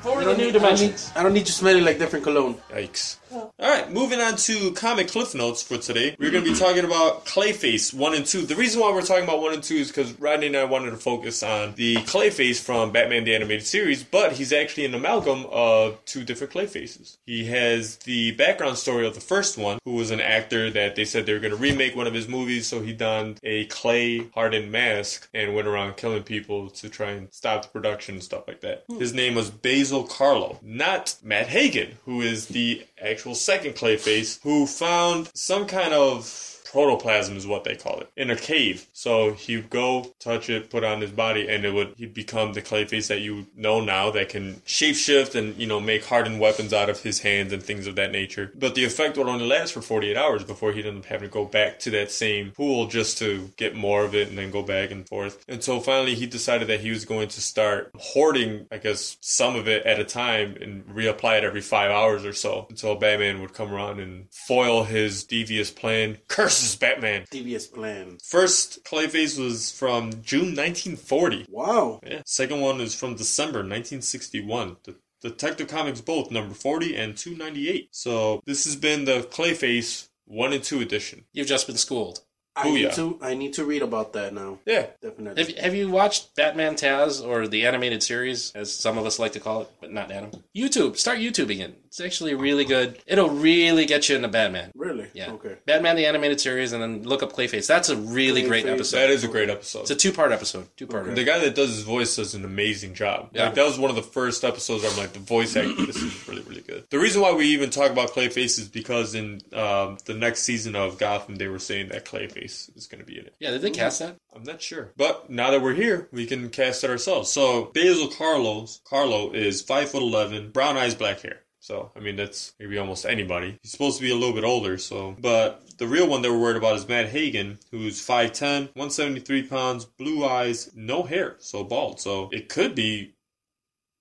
A: For the new dimensions.
B: I don't need you smelling like different cologne.
D: Yikes. All right, moving on to comic cliff notes for today. We're going to be talking about Clayface 1 and 2. The reason why we're talking about 1 and 2 is because Rodney and I wanted to focus on the Clayface from Batman the Animated Series, but he's actually an amalgam of two different Clayfaces. He has the background story of the first one, who was an actor that they said they were going to remake one of his movies, so he donned a clay hardened mask and went around killing people to try and stop the production and stuff like that. His name was Basil Carlo, not Matt Hagen, who is the actual second Clayface, who found some kind of protoplasm is what they call it in a cave. So he'd go touch it, put it on his body, and it would he'd become the clayface that you know now that can shapeshift and you know make hardened weapons out of his hands and things of that nature. But the effect would only last for 48 hours before he'd end up having to go back to that same pool just to get more of it and then go back and forth. And so finally he decided that he was going to start hoarding, I guess, some of it at a time and reapply it every five hours or so until Batman would come around and foil his devious plan. Curses Batman!
B: Devious plan.
D: First Clayface was from June 1940.
B: Wow.
D: Yeah. Second one is from December 1961. The Detective Comics both number 40 and 298. So this has been the Clayface 1 and 2 edition.
A: You've just been schooled.
B: I need
D: Booyah.
B: to. I need to read about that now.
D: Yeah.
B: Definitely.
A: Have, have you watched Batman Taz or the animated series, as some of us like to call it, but not Adam? YouTube. Start YouTubing it. It's actually really good. It'll really get you into Batman.
B: really?
A: Yeah.
B: Okay.
A: Batman the animated series, and then look up Clayface. That's a really great
B: Clayface.
A: episode.
D: That is a great episode.
A: It's a two-part episode. Two-part.
D: The guy that does his voice does an amazing job.
A: Yeah.
D: Like that was one of the first episodes where I'm like, the voice acting, this is really, really good. The reason why we even talk about Clayface is because in um, the next season of Gotham, they were saying that Clayface is going to be in it.
A: Yeah, did they cast that?
D: I'm not sure, but now that we're here, we can cast it ourselves. So Basil Carlos, Carlo is five foot eleven, brown eyes, black hair. So I mean, that's maybe almost anybody. He's supposed to be a little bit older, so. But the real one that we're worried about is Matt Hagen, who's 5'10", 173 pounds, blue eyes, no hair, so bald. So it could be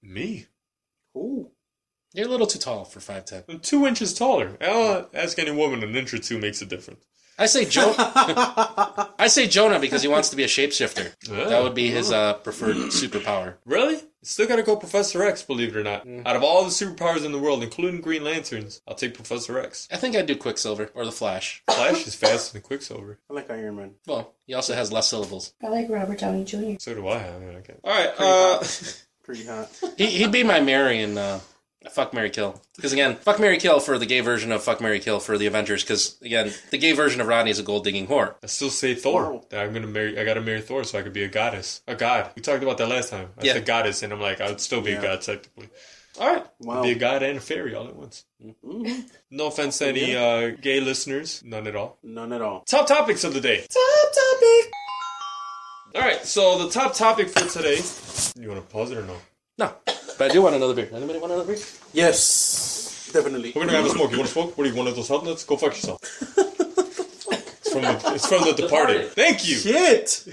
D: me.
B: Ooh.
A: You're a little too tall for five ten.
D: I'm two inches taller. I'll ask any woman, an inch or two makes a difference.
A: I say Jonah. I say Jonah because he wants to be a shapeshifter. That would be his uh, preferred superpower.
D: Really? Still gotta go Professor X, believe it or not.
B: Mm.
D: Out of all the superpowers in the world, including Green Lanterns, I'll take Professor X.
A: I think I'd do Quicksilver or the Flash.
D: Flash is faster than Quicksilver.
B: I like Iron Man.
A: Well, he also has less syllables.
C: I like Robert Downey Jr.
D: So do I. I mean, I can't. Alright, uh,
B: Pretty hot.
A: He, he'd be my Mary in uh, Fuck Mary Kill. Because again, Fuck Mary Kill for the gay version of Fuck Mary Kill for the Avengers. Because again, the gay version of Rodney is a gold digging whore.
D: I still say Thor.
B: Wow.
D: That I'm gonna marry, I gotta marry Thor so I could be a goddess. A god. We talked about that last time. I
A: Yeah.
D: said goddess, and I'm like, I would still be
B: Yeah.
D: a god, technically. Alright.
B: Wow. Mm-hmm.
D: Be a god and a fairy all at once. No offense to any uh, gay listeners. None at all.
B: None at all.
D: Top topics of the day. Top topic. All right, so the top topic for today. You want to pause it or no?
A: No, but I do want another beer. Anybody want another beer?
B: Yes. Definitely.
D: We're gonna have a smoke. You want to smoke? What are you one of those hot nuts? Go fuck yourself. it's from the, it's from the Departed. Thank you.
B: Shit.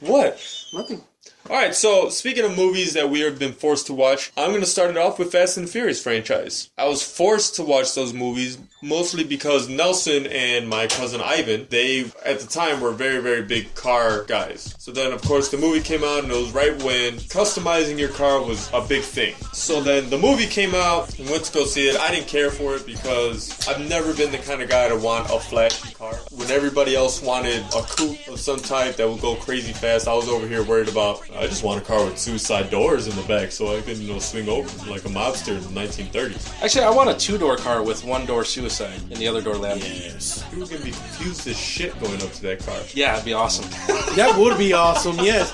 D: What?
B: Nothing.
D: All right, so speaking of movies that we have been forced to watch, I'm going to start it off with Fast and Furious franchise. I was forced to watch those movies mostly because Nelson and my cousin Ivan, they at the time were very very big car guys. So then of course the movie came out and it was right when customizing your car was a big thing. So then the movie came out, and went to go see it. I didn't care for it because I've never been the kind of guy to want a flashy car. When everybody else wanted a coupe of some type that would go crazy fast, I was over here worried about. I just want a car with suicide doors in the back so I can you know swing over like a mobster in the 1930s.
A: Actually, I want a two door car with one door suicide and the other door lamp. Yeah,
D: People can be confused as shit going up to that car.
A: it'd be awesome.
B: That would be awesome. Yes.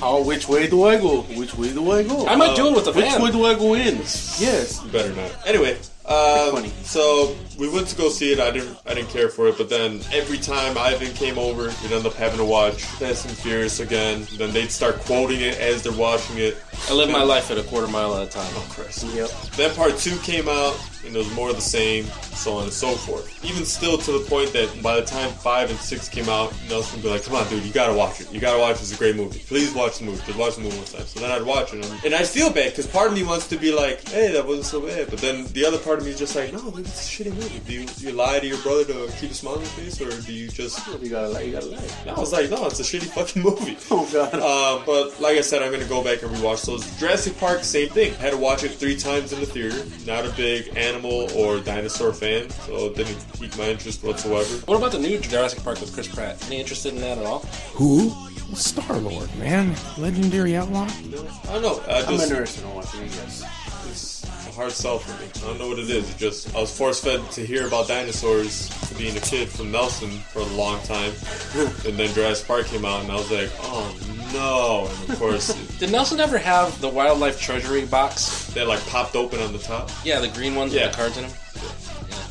B: How? Which way do I go? Which way do I go?
A: I might do it with a
B: Which
A: van.
B: way do I go in? Yes.
D: You better not. Anyway, um,
B: Funny.
D: so we went to go see it. I didn't, I didn't care for it. But then every time Ivan came over, we'd end up having to watch Fast and Furious again. Then they'd start quoting it as they're watching it.
A: I live my life at a quarter mile at a time.
D: Christ.
B: Yep.
D: Then part two came out, and it was more of the same, so on and so forth. Even still, to the point that by the time five and six came out, Nelson would be like, "Come on, dude, you gotta watch it. You gotta watch. it. It's a great movie. Please watch the movie. Just watch the movie one time." So then I'd watch it, and, and I feel bad because part of me wants to be like, "Hey, that wasn't so bad," but then the other part of me is just like, "No, dude, it's a shitty movie. Do you, do you lie to your brother to keep a smile on your face, or do you just?"
B: You gotta like. You gotta like.
D: And I was like, "No, it's a shitty fucking movie."
B: Oh God.
D: Uh, but like I said, I'm gonna go back and rewatch those. Jurassic Park, same thing. Had to watch it three times in the theater. Not a big animal or dinosaur fan, so it didn't pique my interest whatsoever.
A: What about the new Jurassic Park with Chris Pratt? Any interested in that at all?
G: Who? Star Lord, man. Legendary outlaw?
D: I don't know. I
B: I'm
D: just,
B: interested in watching it. Yes.
D: it's a hard sell for me. I don't know what it is. It just I was force fed to hear about dinosaurs being a kid from Nelson for a long time, and then Jurassic Park came out, and I was like, oh no! And of course, it-
A: Did Nelson ever have the wildlife treasury box?
D: they like popped open on the top.
A: Yeah, the green ones
D: Yeah.
A: with the cards in them.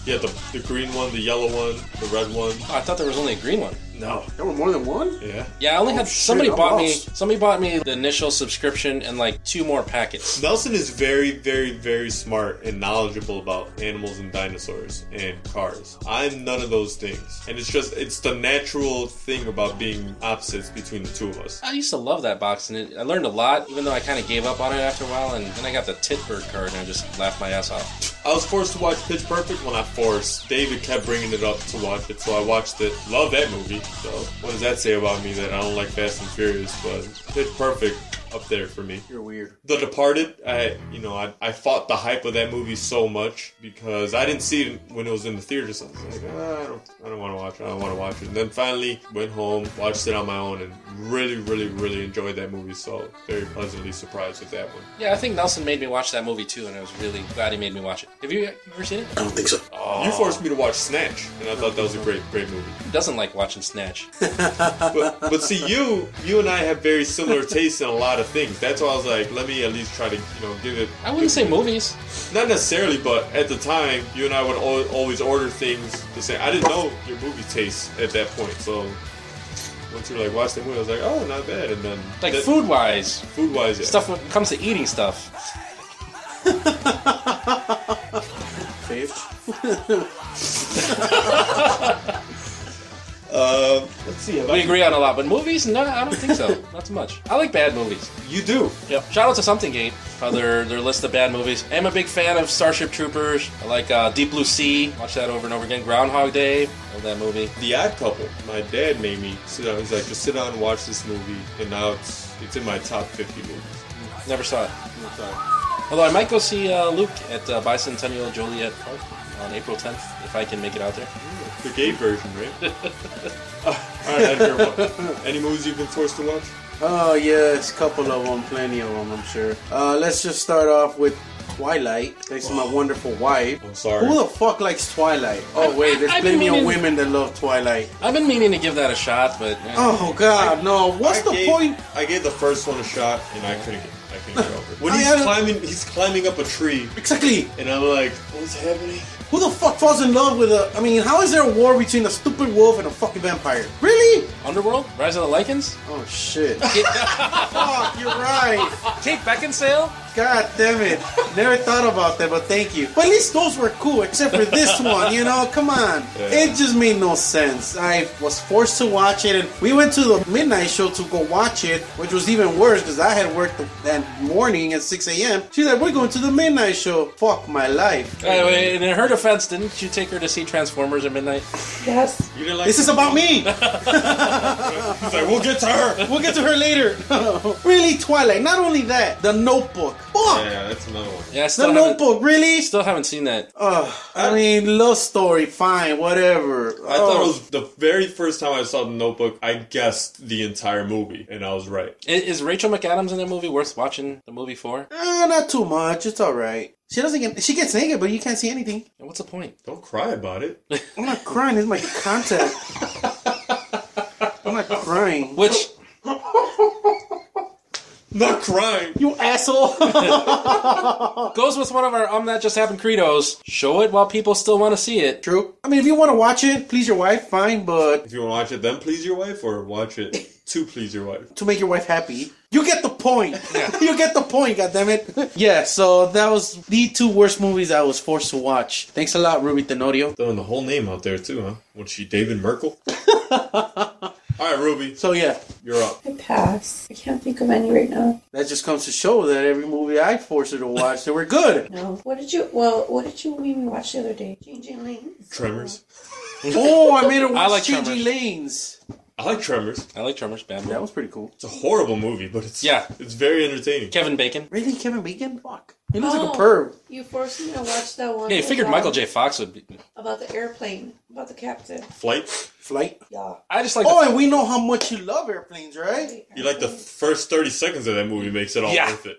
D: Yeah, the, the green one, the yellow one, the red one.
A: Oh, I thought there was only a green one.
D: No.
B: There were more than one?
D: Yeah.
A: Yeah, I only had
B: shit,
A: somebody
B: Oh, I'm
A: bought me
B: lost.
A: somebody bought me the initial subscription and like two more packets.
D: Nelson is very, very, very smart and knowledgeable about animals and dinosaurs and cars. I'm none of those things. And it's just, it's the natural thing about being opposites between the two of us.
A: I used to love that box, and it, I learned a lot, even though I kind of gave up on it after a while. And then I got the Titbird card, and I just laughed my ass off.
D: I was forced to watch Pitch Perfect. Well, not forced. David kept bringing it up to watch it, so I watched it. Love that movie. So, what does that say about me that I don't like Fast and Furious? But Pitch Perfect up there for me.
B: You're weird.
D: The Departed, I you know I, I fought the hype of that movie so much because I didn't see it when it was in the theater. So I was like, "Ah, I don't I don't want to watch it. I don't want to watch it. And then finally went home, watched it on my own, and really really really enjoyed that movie. So very pleasantly surprised with that one.
A: Yeah, I think Nelson made me watch that movie too, and I was really glad he made me watch it. Have you ever seen it?
B: I don't think so.
D: You forced me to watch Snatch, and I thought that was a great great movie.
A: Who doesn't like watching Snatch?
D: but, but see, you you and I have very similar tastes in a lot of things. That's why I was like, let me at least try to you know give it.
A: I wouldn't say movies.
D: Not necessarily, but at the time, you and I would al- always order things the same. I didn't know your movie taste at that point, so. Once you were like watch the movie, I was like, oh, not bad. And then
A: Like food wise,
D: food wise, yeah.
A: stuff when it comes to eating stuff.
B: Bitch.
D: Uh, let's see.
A: We
D: Like,
A: agree on a lot, but movies? No, I don't think so. Not so much. I like bad movies.
D: you do.
A: Yep. Shout out to Something Gate for their, their list of bad movies. I'm a big fan of Starship Troopers. I like uh, Deep Blue Sea. Watch that over and over again. Groundhog Day. Love that movie.
D: The Odd Couple. My dad made me sit down. He's like, just sit down and watch this movie, and now it's it's in my top 50 movies.
A: Never saw it. Although I might go see uh, Luke at uh, Bicentennial Joliet Park on April 10th if I can make it out there.
D: The gay version, right? All right, Edgar, any movies you've been forced to watch?
B: Oh, yes, couple of them, plenty of them, I'm sure. Uh, let's just start off with Twilight, thanks to my wonderful wife.
D: I'm sorry.
B: Who the fuck likes Twilight? Oh, wait, there's
A: I've been
B: plenty of
A: meaning-
B: women that love Twilight.
A: I've been meaning to give that a shot, but eh,
B: Oh, God, no. What's
D: I
B: the
D: gave-
B: point?
D: I gave the first one a shot, and I couldn't get, I couldn't get over it. When
B: I
D: he's
B: had a-
D: climbing, he's climbing up a tree,
B: Exactly.
D: and I'm like, what's happening?
B: Who the fuck falls in love with a. I mean, how is there a war between a stupid wolf and a fucking vampire? Really?
A: Underworld? Rise of the Lycans?
B: Oh, shit. fuck, you're right.
A: Kate Beckinsale?
B: God damn it. Never thought about that, but thank you. But at least those were cool, except for this one, you know? Come on. It just made no sense. I was forced to watch it, and we went to the midnight show to go watch it, which was even worse because I had worked that morning at 6 a.m. She's like, We're going to the midnight show. Fuck my life.
A: Anyway, and in her defense, didn't you take her to see Transformers at midnight?
C: Yes.
D: You didn't like
B: This is about me.
D: He's like, we'll get to her.
B: We'll get to her later. really, Twilight. Not only that, the notebook. Fuck.
D: Yeah, that's another one.
A: Yeah, I
B: The
A: still, haven't,
B: notebook, really?
A: still haven't seen that.
B: Ugh, I mean, love story, fine, whatever. Oh,
D: I thought it was the very first time I saw the Notebook. I guessed the entire movie, and I was right.
A: I- Is Rachel McAdams in that movie worth watching the movie for?
B: Eh, not too much. It's all right. She doesn't get. She gets naked, but you can't see anything.
A: And What's the point?
D: Don't cry about it.
B: I'm not crying. It's my contact. I'm not crying.
A: Which
D: Not crying.
B: You asshole.
A: goes with one of our um that just happened credos. Show it while people still want to see it.
B: True. I mean, if you want to watch it, please your wife, fine. But
D: If you want to watch it, then please your wife, or watch it to please your wife.
B: to make your wife happy, you get the point. you get the point. God damn it. yeah. So that was the two worst movies I was forced to watch. Thanks a lot, Ruby Tenorio.
D: Throwing the whole name out there too, huh? What's she, David Merkel? All right, Ruby,
B: So yeah,
D: you're up.
C: I pass. I can't think of any right now.
B: that just comes to show that every movie I forced her to watch, they were good.
C: No. What did you? Well, what did you mean we watched the other day? Changing lanes.
D: Tremors.
B: Oh, I made her watch
A: like
B: Changing
A: Tremors.
B: Lanes.
D: I like Tremors.
A: I like Tremors, bad
B: That
A: movie.
B: was pretty cool.
D: It's a horrible movie, but it's
A: Yeah.
D: it's very entertaining.
A: Kevin Bacon.
B: Really, Kevin Bacon? Fuck. He looks like
C: Oh,
B: a perv.
C: You forced me to watch that one.
A: Yeah, you figured
C: about-
A: Michael J. Fox would. be...
C: about the airplane, about the captain.
D: Flight.
B: Flight.
C: Yeah.
A: I just like.
B: Oh,
A: the-
B: and we know how much you love airplanes, right?
D: You like the first thirty seconds of that movie makes it all
A: Yeah.
D: worth it.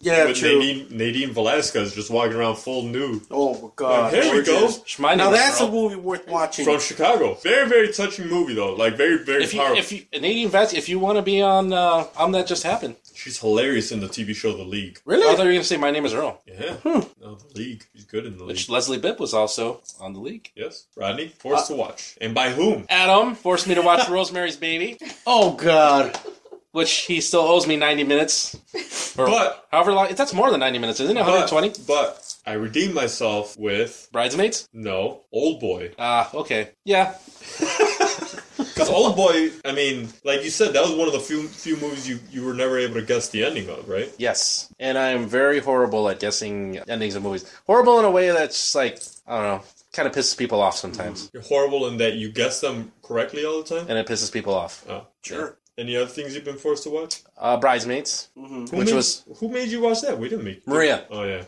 B: Yeah,
D: with
B: true.
D: Nadine, Nadine Velasquez just walking around full nude.
B: Oh my god.
D: Here we go.
B: gorgeous.
A: Shmini
B: Now
A: was
B: that's a
A: wrong.
B: movie worth watching.
D: From Chicago. Very, very touching movie though. Like very, very
A: If you,
D: powerful.
A: if you, an 18 vets, if you want to be on, uh, on that just happened.
D: She's hilarious in the TV show The League.
A: I thought
B: Really?
A: you were going to say my name is Earl,
D: Yeah.
B: Hmm.
D: No, The League. She's good in The League.
A: which Leslie Bibb was also on the league.
D: yes. Rodney,
B: Uh,
D: forced to watch. And by whom?
A: Adam forced me to watch Rosemary's Baby,
B: Oh god.
A: which he still owes me 90 minutes. Or
D: But-
A: however long, that's more than 90 minutes, isn't it? 120?
D: But, but I redeemed myself with
A: Bridesmaids?
D: no old boy
A: Ah, okay. Yeah.
D: because old boy. I mean, like you said, that was one of the few few movies you you were never able to guess the ending of, right?
A: Yes. And I am very horrible at guessing endings of movies. Horrible in a way that's like, I don't know, kind of pisses people off sometimes.
B: Mm-hmm.
D: You're horrible in that you guess them correctly all the time.
A: And it pisses people off.
D: Oh, sure. Any other things you've been forced to watch?
A: Uh, Bridesmaids,
B: Mm-hmm.
D: Who
A: which
D: made-
A: was
D: who made you watch that? We didn't make.
A: Maria.
D: Oh yeah,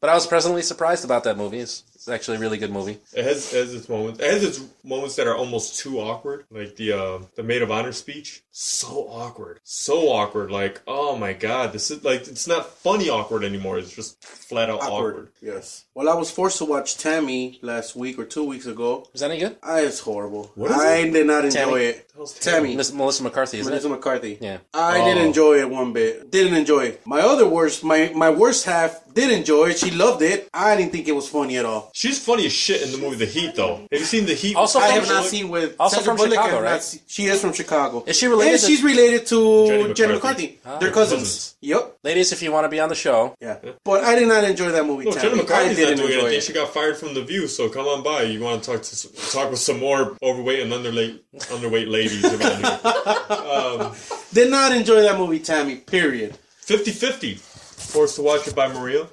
A: But I was presently surprised about that movie. It's, it's actually a really good movie.
D: it has it has its moments. It has its moments that are almost too awkward, like the uh, the maid of honor speech. So awkward, so awkward. Like, oh my god, this is like it's not funny awkward anymore. It's just flat out awkward.
B: Awkward. Yes. Well, I was forced to watch Tammy last week or two weeks ago.
A: Is that any good?
B: I, it's horrible.
D: What is
B: I
D: it?
B: did not enjoy
A: Tammy?
B: it.
D: That was terrible.
B: Tammy.
A: Miss Melissa McCarthy, isn't
B: Melissa
A: it?
B: McCarthy.
A: Yeah.
B: I
D: Oh.
B: didn't enjoy it one bit. Didn't enjoy it. My other worst, my my worst half did enjoy it. She loved it. I didn't think it was funny at all.
D: She's funny as shit in the movie The Heat, though. Have you seen The Heat?
A: Also
B: I
A: from
B: have not
A: Chi-
B: seen with
A: also from
B: Sandra Bullock. I have
A: Chicago,
B: not
A: right?
B: seen- she is from Chicago.
A: Is she related
B: And
A: to- Ah,
B: she's related to
D: Jenny
B: Jenny
D: McCarthy.
B: McCarthy. They're cousins.
D: cousins.
B: Yep.
A: Ladies, if you want to be on the show,
B: Yeah. But I did not enjoy that movie.
D: No,
B: Tammy.
D: Jenna
B: I
D: McCarthy's not
B: didn't
D: doing
B: enjoy
D: anything.
B: it.
D: She got fired from The View, so come on by. You want to talk to talk with some more overweight and underweight underweight ladies around here.
B: Did not enjoy that movie, Tammy. Period.
D: 50-50. Forced to watch it by Maria.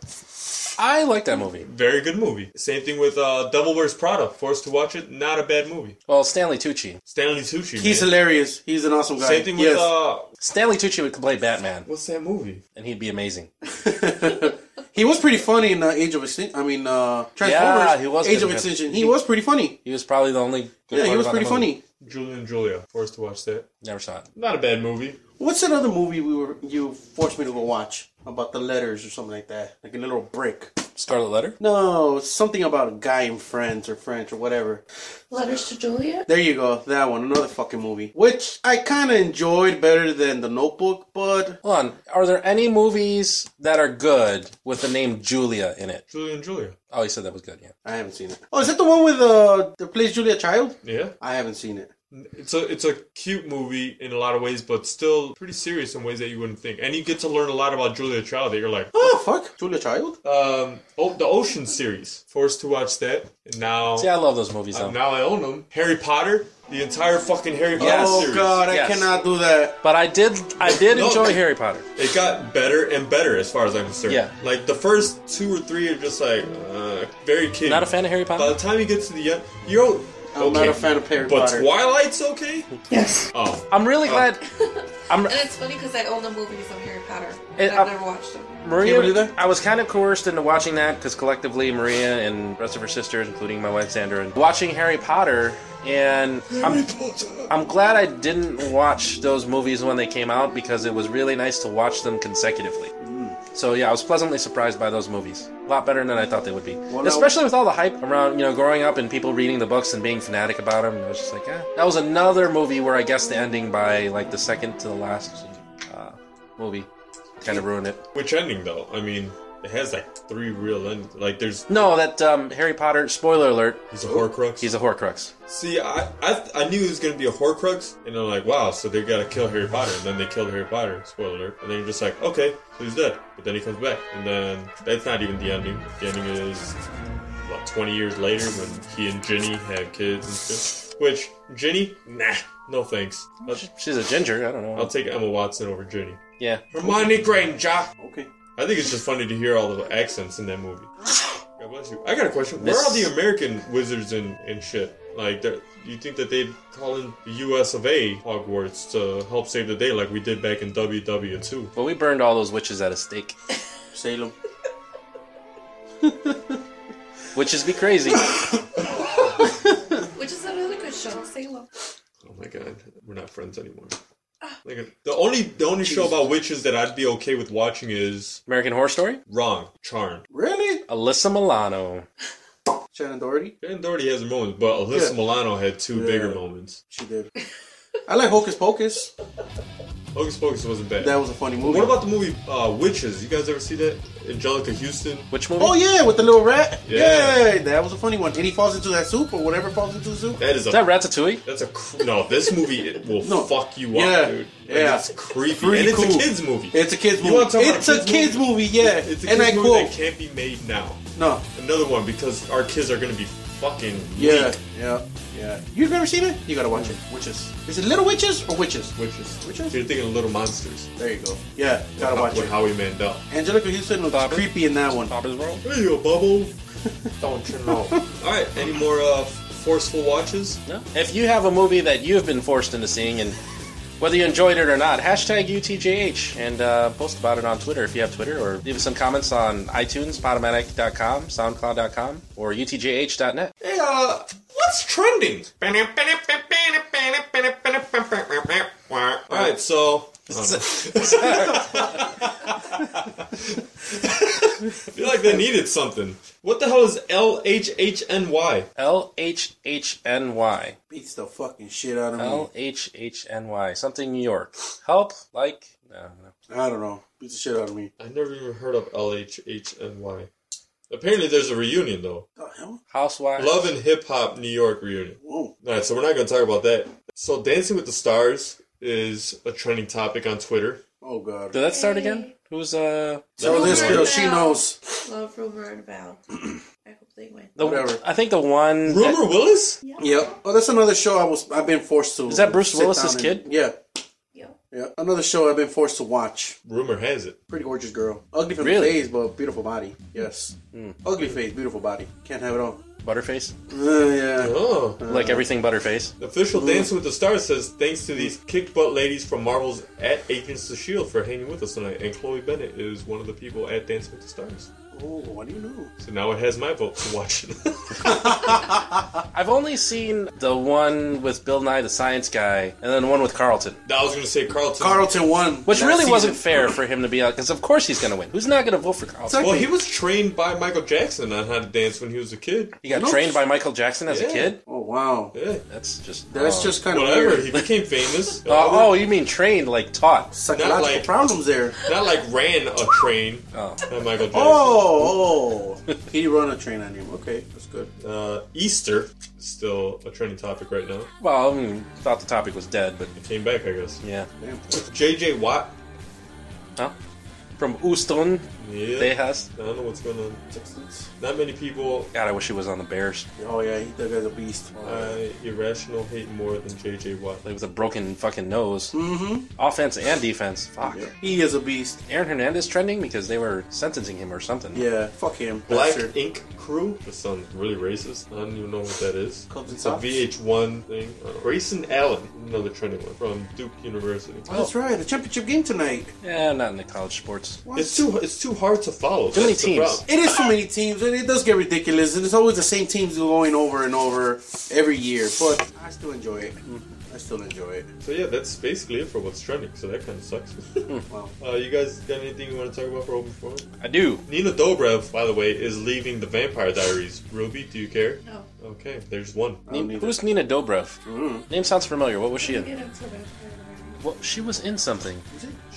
A: I like that movie.
D: Very good movie. Same thing with uh, Devil Wears Prada. Forced to watch it. Not a bad movie.
A: Well, Stanley Tucci.
D: Stanley Tucci.
B: He's
D: man.
B: hilarious. He's an awesome guy.
D: Same thing with
B: yes.
D: uh,
A: Stanley Tucci would play Batman,
D: what's that movie?
A: and he'd be amazing.
B: he was pretty funny in uh, Age of Extinction. I mean, uh, Transformers.
A: Yeah, he was
B: Age
A: good
B: of
A: in Trans-
B: Extinction. He was pretty funny.
A: He was probably the only. Good
B: Yeah,
A: part
B: he was
A: about
B: pretty
A: that movie.
B: funny.
D: Julia and Julia. Forced to watch that.
A: Never saw it.
D: Not a bad movie.
B: What's another movie we were you forced me to go watch about the letters or something like that, like a little brick?
A: Scarlet Letter.
B: No, something about a guy in Friends or French or whatever.
C: Letters to Juliet?
B: There you go, that one, another fucking movie, which I kind of enjoyed better than The Notebook, but
A: Hold on. Are there any movies that are good with the name Julia in it?
D: Julia and Julia.
A: Oh, you said that was good. Yeah.
B: I haven't seen it. Oh, is that the one with uh, the plays Julia Child?
D: Yeah.
B: I haven't seen it.
D: It's a it's a cute movie in a lot of ways, but still pretty serious in ways that you wouldn't think. And you get to learn a lot about Julia Child that you're like,
B: Oh fuck, Julia Child.
D: um, oh, the Ocean series. Forced to watch that. And now,
A: See, I love those movies though.
D: now I own them. Harry Potter, the entire fucking Harry Potter
A: Yes.
B: oh
D: series.
B: god, I
A: Yes.
B: cannot do that.
A: But I did. I did
D: No.
A: enjoy Harry Potter.
D: It got better and better as far as I'm concerned.
A: Yeah.
D: Like the first two or three are just like uh, very kid.
A: Not a fan of Harry
D: By
A: Potter.
D: the time you get to the end, you're okay.
B: I'm not a fan of Harry
D: But
B: Potter.
D: Twilight's okay.
C: Yes.
D: Oh,
A: I'm really glad. I'm
C: And it's funny because I own the movies of Harry Potter.
A: It-
C: And I've
A: uh,
C: never watched them.
A: Maria,
B: Can't believe that.
A: I was kind of coerced into watching that because collectively Maria and the rest of her sisters, including my wife Sandra, and watching Harry Potter, and I'm, I'm glad I didn't watch those movies when they came out because it was really nice to watch them consecutively. So yeah, I was pleasantly surprised by those movies. A lot better than I thought they would be,
B: now-
A: especially with all the hype around you know growing up and people reading the books and being fanatic about them. I was just like, eh. that was another movie where I guessed the ending by like the second to the last uh, movie, kind of ruined it.
D: which ending though? I mean, it has like three real endings. Like there's
A: No, that um, Harry Potter. Spoiler alert.
D: he's a Horcrux.
A: He's a Horcrux.
D: See, I, I I knew it was gonna be a Horcrux, and I'm like, wow, so they gotta kill Harry Potter, and then they killed Harry Potter. Spoiler alert. And then you're just like, okay, so he's dead. But then he comes back, and then that's not even the ending. The ending is about 20 years later when he and Ginny have kids and stuff. Which Ginny, nah, no thanks. I'll,
A: She's a ginger. I don't know.
B: Oh.
D: I'll take Emma Watson over Ginny.
A: yeah.
D: Hermione Granger. I
B: Okay.
D: think it's just funny to hear all the accents in that movie. God bless you. I got a question. Where
A: This-
D: are the American wizards and, and shit? Like, they're- do you think that they'd call in the US of A Hogwarts to help save the day like we did back in WW2?
A: Well, we burned all those witches at a stake.
B: Salem.
A: Witches be crazy.
C: Which is another good show, Salem.
B: Ah.
D: Oh my god, we're not friends anymore. Like the only the only show about witches that I'd be okay with watching is
A: American Horror Story?
D: Wrong Charm.
B: Really?
A: Alyssa Milano.
B: Shannon Doherty?
D: Jane Doherty has her moments, but Alyssa
B: Yeah.
D: Milano had two
B: Yeah.
D: bigger moments.
B: She did. I like Hocus Pocus.
D: Hocus Pocus wasn't bad.
B: That was a funny movie.
D: what about the movie uh, Witches? You guys ever see that? Angelica Houston.
A: Which movie?
B: Oh yeah, with the little rat.
D: Yeah.
B: Yeah. that was a funny one. And he falls into that soup or whatever falls into the soup.
D: That is a
A: Is that Ratatouille?
D: that's a cr- no. This movie it will
B: No.
D: fuck you
B: Yeah.
D: up, dude. Like,
B: Yeah.
D: it's creepy.
B: Pretty
D: and it's
B: cool.
D: a kids movie.
B: It's a kids
D: You
B: movie.
D: wanna talk about
B: It's a kids movie, yeah.
D: It's a
B: and
D: kids
B: I
D: movie
B: quote,
D: that can't be made now.
B: no,
D: Another one because our kids are gonna be fucking
B: yeah,
D: weak.
B: yeah, yeah. You've never seen it? You gotta watch it. Witches. Is it Little Witches or Witches?
D: Witches.
B: Witches?
D: You're thinking of Little Monsters.
B: There you go. Yeah, gotta watch
D: with
B: it.
D: Howie Mandel.
B: Angelica Houston was
A: Bobby?
B: creepy in that one.
A: Papa's World?
D: Hey, you bubble. Don't you know? All right. Any more uh, forceful watches?
A: No. If you have a movie that you've been forced into seeing and whether you enjoyed it or not, hashtag UTJH and uh, post about it on Twitter if you have Twitter or leave us some comments on iTunes, Podomatic.com, SoundCloud.com, or UTJH.net.
D: Hey, uh, what's trending? All right, so. I feel like they needed something. What the hell is L H H N Y?
A: L H H N Y.
B: Beats the fucking shit out of me.
A: L H H N Y. Something New York. Help, like, no, no.
B: I don't know. Beats the shit out of me.
D: I never even heard of L H H N Y. Apparently, there's a reunion though.
B: The hell?
A: Housewives.
D: Love and Hip Hop New York reunion.
B: Whoa.
D: All right, so we're not going to talk about that. So, Dancing with the Stars is a trending topic on Twitter.
B: Oh god.
A: Did that start again? Who's uh?
B: So this
D: Rumor
B: girl,
C: and
B: she
C: Bell.
B: knows.
C: Love, rumor, and about. I hope they win.
A: The,
B: Whatever.
A: I think the one. that-
D: Rumor Willis?
B: Yep. Oh, that's another show I was. I've been forced to.
A: Is that Bruce
B: sit
A: Willis's
B: down
A: kid?
B: Yeah.
C: Yo.
B: Yeah. Another show I've been forced to watch.
D: Rumor has it.
B: Pretty gorgeous girl. Ugly from
A: Really?
B: face, but beautiful body. Yes. Ugly face, beautiful body. Can't have it all.
A: Butterface.
B: Uh, yeah.
D: Oh.
A: Like everything Butterface.
D: The official Dancing with the Stars says thanks to these kick butt ladies from Marvel's at Agents of Shield E for hanging with us tonight, and Chloe Bennett is one of the people at Dancing with the Stars.
B: Oh, what do you know?
D: So now it has my vote to watch it.
A: I've only seen the one with Bill Nye the Science Guy, and then the one with Carlton,
D: I was gonna say Carlton.
B: Carlton won.
A: which
B: last
A: really wasn't
B: season.
A: fair for him to be out because of course he's going to win. Who's not going to vote for Carlton?
D: well, he was trained by Michael Jackson on how to dance when he was a kid.
A: He got
B: No.
A: trained by Michael Jackson as a
D: Yeah.
A: kid.
B: Oh wow.
D: Yeah.
A: That's just
B: That's
A: oh.
B: just kind of
D: Whatever.
B: weird.
D: He became famous.
A: Oh, oh, you mean trained like taught?
B: Psychological
D: like-
B: problems there.
D: Not like ran a train. by Michael Jackson.
B: Oh, oh. he run a train on him. Okay, that's good.
D: Uh, Easter is still a trending topic right now.
A: Well, I mean, thought the topic was dead, but
D: It came back, I guess.
A: yeah.
B: Damn.
D: JJ Watt.
A: Huh? From Houston,
D: Yeah.
A: Texas.
D: I don't know what's going on. Not many people
A: God, I wish he was on the Bears.
B: Oh yeah, he that guy's a beast.
D: I uh, irrational hate more than JJ Watt.
A: Like with a broken fucking nose. Mm-hmm. Offense and defense. Fuck.
B: Yeah. He is a beast.
A: Aaron Hernandez trending because they were sentencing him or something.
B: Yeah, fuck him.
D: Black
B: Bastard.
D: Ink Crew. That sounds really racist. I don't even know what that is.
B: Cubs and
D: It's a
B: Sox.
D: VH1 thing. Uh, Grayson Allen, another trending one from Duke University.
B: Oh, that's right. The championship game tonight.
A: Yeah, not in the college sports.
B: What?
D: It's too it's too hard to follow.
A: Too many
D: That's the
A: teams.
D: problem.
B: It is too many teams, and it does get ridiculous, and it's always the same teams going over and over every year. But I still enjoy it.
D: Mm-hmm.
B: I still enjoy it.
D: So yeah, that's basically it for what's trending. So that kind of sucks.
B: Wow.
A: Hmm.
D: uh, you guys got anything you want to talk about for open forum?
A: I do.
D: Nina Dobrev, by the way, is leaving the Vampire Diaries. Ruby, do you care?
C: No.
D: Okay, there's one.
B: I don't need it.
A: Who's Nina Dobrev? Name sounds familiar. What was she in?
C: Get up to the-
A: Well, she was in something.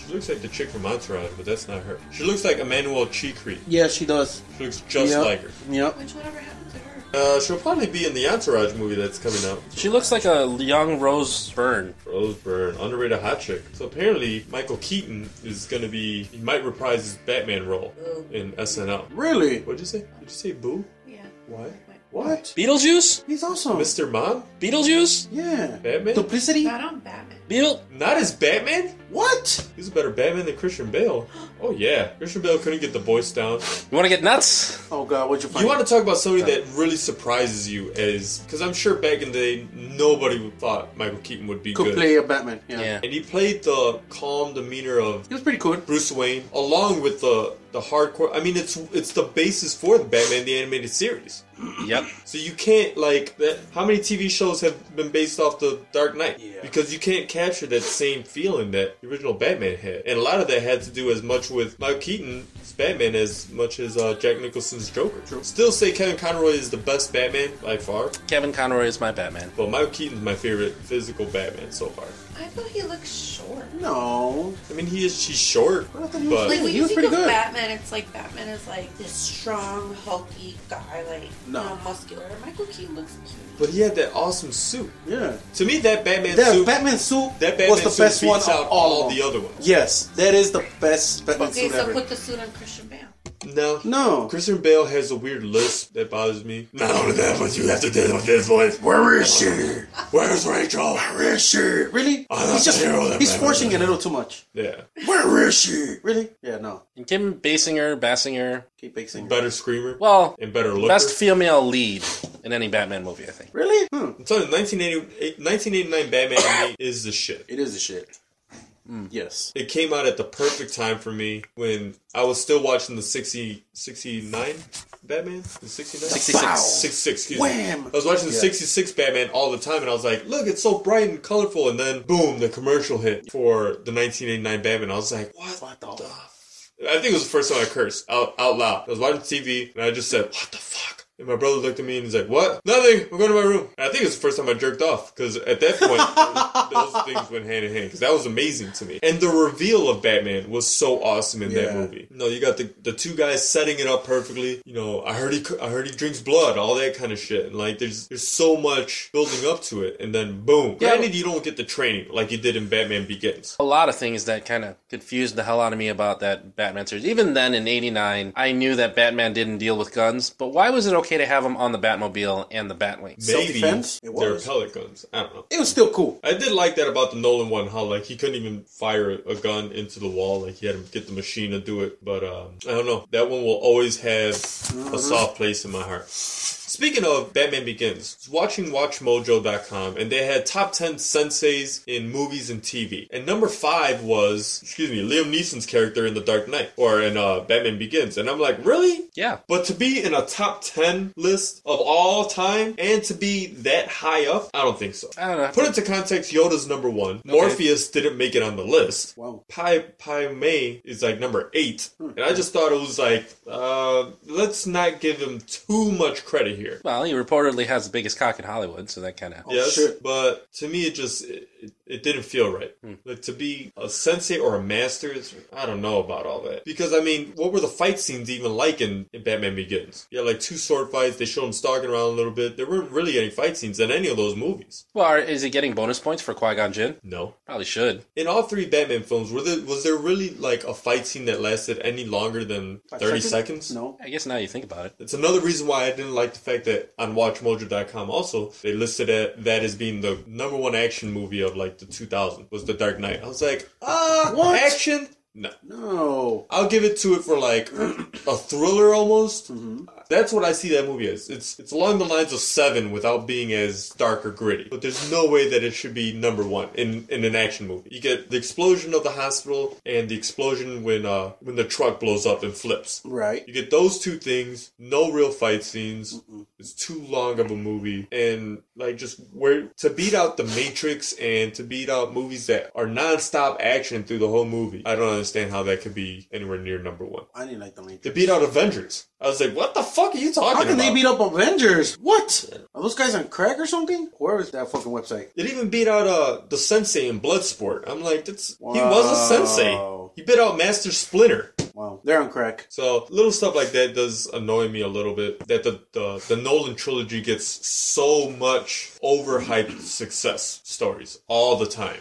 D: She looks like the chick from Entourage, but that's not her. She looks like Emmanuel Chikri.
B: Yeah, she does.
D: She looks just
B: Yep.
D: like her.
B: Yep.
C: Which one ever happened to her?
D: Uh, she'll probably be in the Entourage movie that's coming out.
A: She looks like a young Rose Byrne.
D: Rose Byrne, underrated hot chick. So apparently, Michael Keaton is gonna be. He might reprise his Batman role in SNL.
B: Really?
D: What'd you say? Did you say boo?
C: Yeah.
D: What?
B: What?
A: Beetlejuice?
B: He's awesome.
D: Mr. Mom?
A: Beetlejuice?
B: Yeah.
D: Batman?
B: Duplicity.
C: Not on Batman.
A: Beetle?
D: Not as Batman?
B: What?
D: He's a better Batman than Christian Bale. Oh yeah, Christian Bale couldn't get the voice down.
I: You want to get nuts?
B: Oh god, what'd you find?
D: You want to talk about somebody that really surprises you as because I'm sure back in the day nobody thought Michael Keaton would be
B: could
D: good,
B: play a Batman. Yeah.
I: Yeah.
D: and he played the calm demeanor of
B: He was pretty cool.
D: Bruce Wayne along with the the hardcore. I mean, it's it's the basis for the Batman the animated series.
I: Yep.
D: So you can't like that. How many TV shows have been based off the Dark Knight?
B: Yeah.
D: Because you can't capture that same feeling that the original Batman had, and a lot of that had to do as much with Michael Keaton's Batman as much as uh, Jack Nicholson's Joker. Still say Kevin Conroy is the best Batman by far,
I: Kevin Conroy is my Batman.
D: but Michael Keaton's my favorite physical Batman so far.
C: I thought he looked short.
B: No.
D: I mean, he is she's short,
B: I thought he was
D: but.
C: Like when
B: He
C: you
B: was
C: think
B: pretty
C: of
B: good.
C: Batman, it's like Batman is like this strong, hulky guy, like
B: No.
C: you know, muscular. Michael Keaton looks cute.
D: but he had that awesome suit.
B: Yeah.
D: To me, that Batman
B: That
D: suit,
B: Batman suit
D: that Batman
B: was the
D: suit
B: best one
D: beats
B: of
D: out
B: all,
D: all
B: of
D: the other ones.
B: Yes, that is the best Batman
C: Okay,
B: suit
C: so
B: ever.
C: put the suit on Christian Bale.
D: No,
B: no.
D: Christian Bale has a weird list that bothers me. Not only that, but you have to deal with this voice.
F: Where is she?
D: Where's Rachel? Where is she?
B: Really?
D: I love
B: He's just
D: to hear all that
B: he's
D: Batman
B: forcing it a
D: stuff.
B: little too much.
D: Yeah.
F: Where is she?
B: Really? Yeah, no.
I: And Kim Basinger, Basinger,
B: Keep fixing.
D: Better screamer.
I: well,
D: and better looker.
I: best female lead in any Batman movie, I think.
B: Really? Hmm.
D: I'm telling you, 1988 1989 Batman to me is the shit.
B: It is a shit. Yes.
D: It came out at the perfect time for me when I was still watching the 60, 69 Batman? The 69?
I: 66.
B: Wow.
D: 66, excuse
B: Wham!
D: me. I was watching the
B: Yeah.
D: 66 Batman all the time, and I was like, look, it's so bright and colorful. And then, boom, the commercial hit for the 1989 Batman. I was like, what?
B: What the?
D: I think it was the first time I cursed out, out loud. I was watching TV, and I just said, what the fuck? And my brother looked at me and he's like, what? Nothing. I'm going to my room. And I think it's the first time I jerked off because at that point, those things went hand in hand because that was amazing to me. And the reveal of Batman was so awesome in that
B: Yeah.
D: movie. No, you got the, the two guys setting it up perfectly. You know, I heard he cou- I heard he drinks blood, all that kind of shit. And like, there's there's so much building up to it, and then boom.
I: Yeah.
D: Granted, you don't get the training like you did in Batman Begins.
I: A lot of things that kind of confused the hell out of me about that Batman series. Even then, in '89, I knew that Batman didn't deal with guns, but why was it okay to have him on the Batmobile and the Batwing?
D: Maybe
B: Self-defense? It
D: they're
B: was.
D: pellet guns. I don't know.
B: It was still cool.
D: I did like that about the Nolan one, how like he couldn't even fire a gun into the wall, like he had to get the machine to do it. But um, I don't know, that one will always have a soft place in my heart. Speaking of Batman Begins, I was watching WatchMojo.com, and they had top ten senseis in movies and TV, and number five was excuse me Liam Neeson's character in The Dark Knight or in uh, Batman Begins, and I'm like, really?
I: Yeah,
D: But to be in a top 10 list of all time and to be that high up, I don't think so.
I: I don't know.
D: Put into context, Yoda's number one. Morpheus didn't make it on the list.
B: Wow. Hmm.
D: Pi Pi May is like number eight, and I just thought it was like, uh, let's not give him too much credit here.
I: Well, he reportedly has the biggest cock in Hollywood, so that kind of.
D: yes,
B: Oh, shit.
D: but to me, it just it, it- it didn't feel right. Like to be a sensei or a master, is, I don't know about all that. Because I mean, what were the fight scenes even like in, in Batman Begins? Yeah, like two sword fights. They showed him stalking around a little bit. There weren't really any fight scenes in any of those movies.
I: Well, is he getting bonus points for Qui Gon Jinn?
D: No.
I: Probably should.
D: In all three Batman films, were there, was there really like a fight scene that lasted any longer than
B: Five
D: thirty
B: seconds?
D: seconds?
B: No.
I: I guess now you think about it.
D: It's another reason why I didn't like the fact that on WatchMojo.com also they listed that that as being the number one action movie of like the 2000 was The Dark Knight. I was like, ah,
B: What?
D: action? No,
B: No.
D: I'll give it to it for like a thriller almost. That's what I see that movie as. It's it's along the lines of Seven without being as dark or gritty. But there's no way that it should be number one in, in an action movie. You get the explosion of the hospital and the explosion when uh when the truck blows up and flips.
B: Right.
D: You get those two things, no real fight scenes. It's too long of a movie, and like just where to beat out the Matrix and to beat out movies that are non-stop action through the whole movie. I don't understand how that could be anywhere near number one.
B: I didn't like the main.
D: They beat out Avengers. I was like, what the fuck are you talking
B: How can
D: about?
B: they beat up Avengers? What? Are those guys on crack or something? Where is that fucking website?
D: It even beat out uh the sensei in Bloodsport. I'm like, that's he was a sensei.
B: Wow.
D: He beat out Master Splinter.
B: Wow. They're on crack.
D: So little stuff like that does annoy me a little bit. That the the, the Nolan trilogy gets so much overhyped success stories all the time.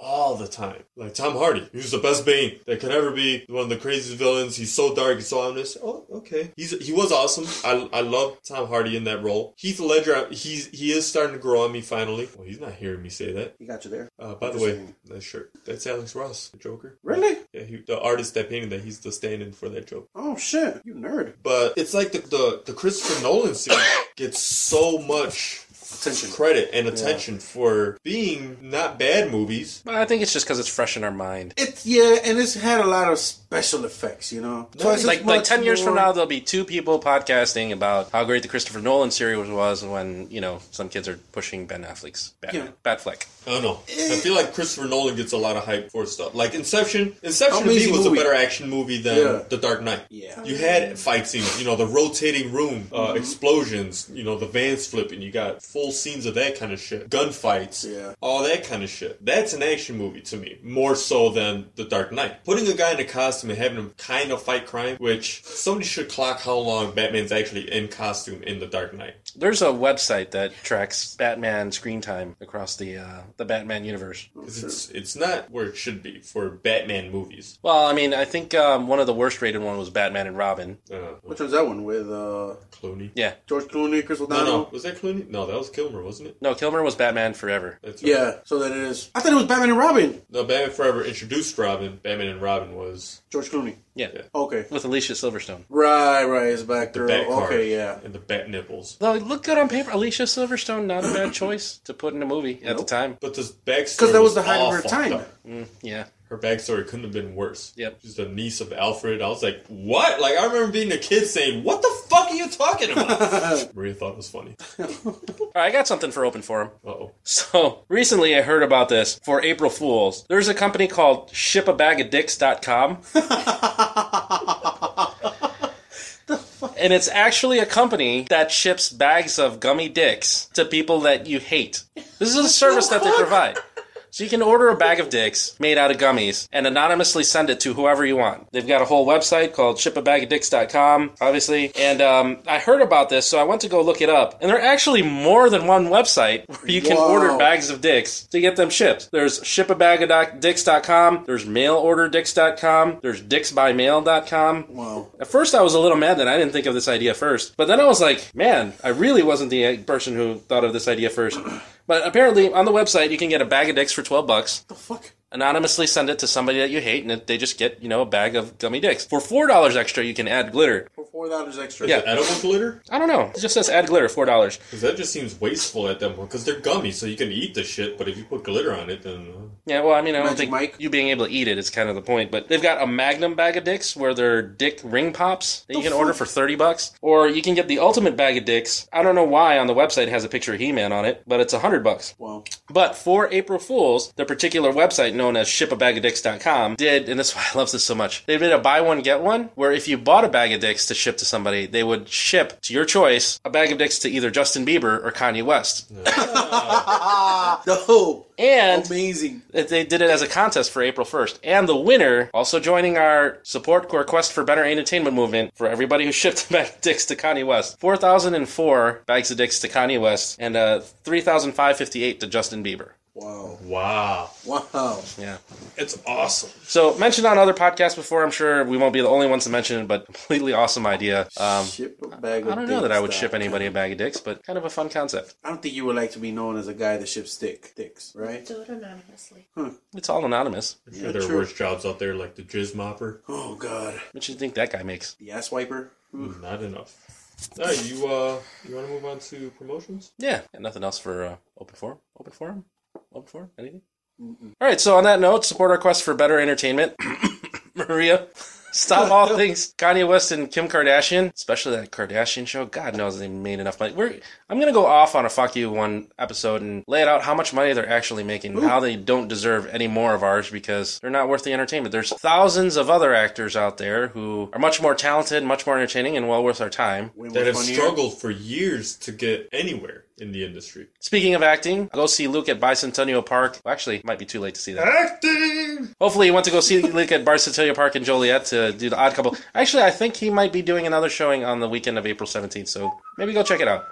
D: all the time. Like Tom Hardy, who's the best Bane that could ever be. One of the craziest villains. He's so dark. He's so ominous. Oh, okay. He's he was awesome. I I love Tom Hardy in that role. Heath Ledger. I- He's he is starting to grow on me finally. Well, he's not hearing me say that.
B: He got you there.
D: Uh, by the way, that shirt. That's Alex Ross, the Joker.
B: Really?
D: Yeah, he, the artist that painted that. He's the stand-in for that Joker.
B: Oh shit, you nerd.
D: But it's like the the, the Christopher Nolan series gets so much
B: Attention.
D: credit and attention for being not bad movies.
A: Well, I think it's just because it's fresh in our mind.
B: It's yeah, and it's had a lot of special effects, you know. Twice as
A: like like
B: much
A: ten years from
B: more-
A: now, there'll be two people podcasting about how great the Christopher Nolan series was when you know some kids are pushing Ben Affleck's Batman,
B: Yeah.
A: Batfleck.
D: I don't know.
B: Eh.
D: I feel like Christopher Nolan gets a lot of hype for stuff. Like Inception. Inception to me
B: Amazing
D: was
B: movie.
D: a better action movie than
B: Yeah.
D: The Dark Knight.
B: Yeah. Mm-hmm.
D: You had fight scenes, you know, the rotating room, uh, explosions, you know, the vans flipping. You got full scenes of that kind of shit. Gunfights.
B: Yeah.
D: All that kind of shit. That's an action movie to me, more so than The Dark Knight. Putting a guy in a costume and having him kind of fight crime, which somebody should clock how long Batman's actually in costume in The Dark Knight.
A: There's a website that tracks Batman screen time across the uh, the Batman universe.
B: Oh,
D: 'Cause it's, it's not where it should be for Batman movies.
A: Well, I mean, I think um, one of the worst rated one was Batman and Robin.
D: Uh,
B: Which one's that one with uh
D: Clooney.
A: Yeah,
B: George Clooney, Chris
D: No,
B: O'Donnell?
D: no. Was that Clooney? No, that was Kilmer, wasn't it?
A: no, Kilmer was Batman forever.
D: That's right.
B: Yeah, so that it is. I thought it was Batman and Robin.
D: No, Batman Forever introduced Robin. Batman and Robin was
B: George Clooney.
A: Yeah,
B: Okay.
A: with Alicia Silverstone.
B: Right, right. It's Batgirl.
D: bat card
B: Okay, yeah.
D: and the bat nipples.
A: Though it looked good on paper, Alicia Silverstone not a bad choice to put in a movie at the time.
D: But this backstory
B: Because that was the height
D: all
B: of her
D: fucked
B: time.
D: up.
A: Yeah,
D: Her backstory couldn't have been worse.
A: Yep.
D: She's the niece of Alfred. I was like, what? Like I remember being a kid saying, "What the fuck are you talking about?" Maria thought it was funny.
A: All right, I got something for open forum.
D: Uh oh.
A: So recently I heard about this for April Fools. There's a company called shipabagofdicks.com. And it's actually a company that ships bags of gummy dicks to people that you hate. This is a service that they provide. So you can order a bag of dicks made out of gummies and anonymously send it to whoever you want. They've got a whole website called shipabagofdicks.com, obviously. And um, I heard about this, so I went to go look it up. And there are actually more than one website where you can
B: Wow.
A: order bags of dicks to get them shipped. There's shipabagofdicks.com, there's mailorderdicks.com, there's dicksbymail.com.
B: Wow.
A: At first, I was a little mad that I didn't think of this idea first, but then I was like, man, I really wasn't the uh, person who thought of this idea first. But apparently, on the website, you can get a bag of dicks for 12 bucks,
B: The fuck?
A: anonymously send it to somebody that you hate, and they just get, you know, a bag of gummy dicks. For $4 extra, you can add glitter.
B: For four dollars extra.
A: Yeah.
D: Edible glitter?
A: I don't know. It just says add glitter, $4.
D: Because that just seems wasteful at that point. Because they're gummy, so you can eat the shit. But if you put glitter on it, then uh,
A: Yeah, well, I mean, I don't
B: Magic
A: think
B: Mike?
A: you being able to eat it is kind of the point. But they've got a Magnum bag of dicks where they're dick ring pops that you can order for thirty bucks, or you can get the ultimate bag of dicks. I don't know why on the website it has a picture of He-Man on it, but it's a hundred bucks.
B: Wow.
A: But for April Fools, the particular website known as shipabagofdicks.com did, and that's why I love this so much, they did a buy one, get one, where if you bought a bag of dicks to ship to somebody, they would ship, to your choice, a bag of dicks to either Justin Bieber or Kanye West.
B: No.
A: And
B: Oh, Amazing.
A: that they did it as a contest for April 1st. And the winner, also joining our support request for better entertainment movement for everybody who shipped back dicks to Kanye West. 4,004 bags of dicks to Kanye West and uh, 3,558 to Justin Bieber.
B: Wow.
D: uh, wow,
B: Wow.
A: Yeah.
D: it's awesome.
A: So mentioned on other podcasts before, I'm sure we won't be the only ones to mention it, but completely awesome idea. Um,
B: ship a bag of
A: I don't know that I would
B: dicks,
A: ship
B: dog.
A: anybody a bag of dicks, but kind of a fun concept.
B: I don't think you would like to be known as a guy that ships dick dicks, right?
C: Do it anonymously.
A: It's all anonymous.
D: I'm sure there are
B: true.
D: worse jobs out there, like the jizz mopper.
B: Oh god.
A: What do you think that guy makes?
B: The ass wiper.
D: Not enough. All right, you uh, you want to move on to promotions?
A: Yeah, and nothing else for uh, open forum. Open forum. Open forum. Anything. All right. So on that note, support our quest for better entertainment. Maria, stop all things Kanye West and Kim Kardashian, especially that Kardashian show. God knows they made enough money. We're I'm gonna go off on a fuck you one episode and lay it out how much money they're actually making, and how they don't deserve any more of ours because they're not worth the entertainment. There's thousands of other actors out there who are much more talented, much more entertaining, and well worth our time.
B: Way more
D: That have
B: funnier.
D: struggled for years to get anywhere in the industry.
A: Speaking of acting, go see Luke at Bicentennial Park. Well, actually, it might be too late to see that.
D: Acting.
A: Hopefully, you went to go see Luke at Bicentennial Park in Joliet to do the Odd Couple. Actually, I think he might be doing another showing on the weekend of April 17th, so maybe go check it out.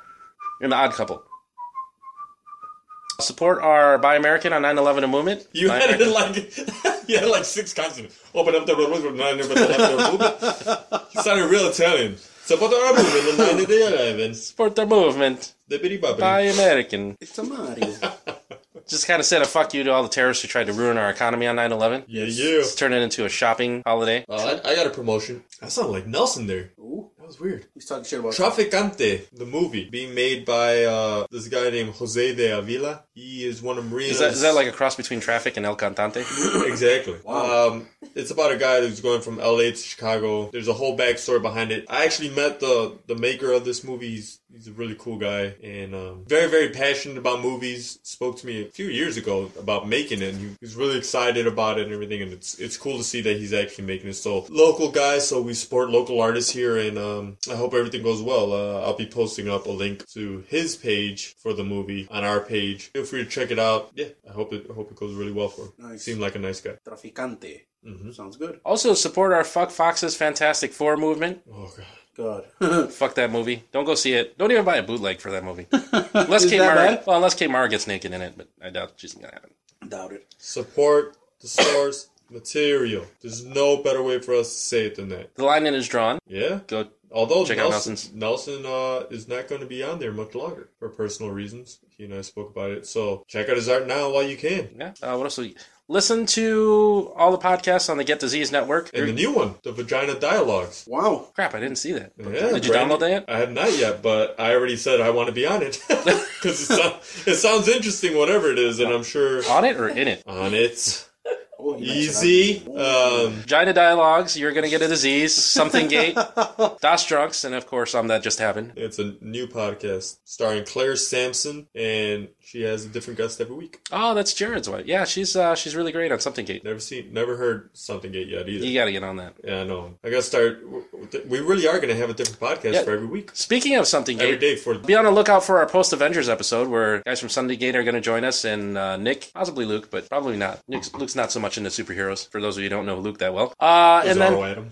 A: In the Odd Couple. Support our Buy American on 9/11 movement.
D: You
A: Buy
D: had it
A: American.
D: like you had like six consonants. Open up the road with nine numbers. open up the road. You sounded real Italian. So put the rubber with the nine of the eleventh.
A: Support the movement.
D: The bitty
A: Buy
D: bobbity.
A: American.
B: It's a Mario.
A: Just kind of said a fuck you to all the terrorists who tried to ruin our economy on 9/11.
D: Yeah, you.
A: Let's turn it into a shopping holiday.
D: Well, I, I got a promotion. I sounded like Nelson there.
B: Ooh,
D: That was weird.
B: he's talking shit about.
D: Traficante, the movie being made by uh, this guy named Jose de Avila. He is one of Maria's.
A: Is that, is that like a cross between traffic and El Cantante?
D: exactly?
B: Wow.
D: Um, it's about a guy who's going from LA to Chicago. There's a whole backstory behind it. I actually met the the maker of this movie. He's, he's a really cool guy and um, very very passionate about movies. Spoke to me a few years ago about making it. And he was really excited about it and everything. And it's it's cool to see that he's actually making it. So local guys, so we support local artists here. And um, I hope everything goes well. Uh, I'll be posting up a link to his page for the movie on our page. Feel free to check it out. Yeah, I hope it I hope it goes really well for him.
B: Nice.
D: Seemed like a nice guy.
B: Traficante.
D: Mm-hmm.
B: Sounds good.
A: Also support our Fuck Fox's Fantastic Four movement.
D: Oh god.
B: God.
A: Fuck that movie. Don't go see it. Don't even buy a bootleg for that movie. Unless
B: Is
A: Kate
B: that
A: Mara,
B: bad?
A: well, unless Kate Mara gets naked in it, but I doubt she's gonna happen.
B: Doubt it.
D: Support the source material. There's no better way for us to say it than that.
A: The line in is drawn.
D: Yeah.
A: Go.
D: Although
A: Check out
D: Nelson, Nelson uh, is not going to be on there much longer for personal reasons. He and I spoke about it. So check out his art now while you can.
A: Yeah. Uh, what else? We, listen to all the podcasts on the Get Disease Network.
D: And the new one, the Vagina Dialogues.
B: Wow.
A: Crap, I didn't see that.
D: Yeah,
A: Did you
D: Brandon-
A: download that yet?
D: I have not yet, but I already said I want to be on it because it, sound, it sounds interesting, whatever it is, and I'm sure
A: On it or in it?
D: on it.
B: Oh, he mentioned
D: Easy. Um,
A: Vagina Dialogues, You're Gonna Get a Disease, Something Gate, Das Drunks, and of course, um, that just happened.
D: It's a new podcast starring Claire Sampson, and she has a different guest every week.
A: Oh, that's Jared's wife. Yeah, she's uh, she's really great on Something Gate.
D: Never seen, never heard something yet yet either.
A: You gotta get on that.
D: Yeah, I know. I gotta start. We really are gonna have a different podcast
A: Yeah.
D: for every week,
A: Speaking of Something
D: every
A: Gate,
D: day for.
A: Be on the lookout for our post Avengers episode where guys from Sunday Gate are going to join us and uh, Nick, possibly Luke, but probably not. Luke's, Luke's not so much into superheroes. For those of you who don't know Luke that well, uh, and
D: Bizarro
A: then
D: Adam.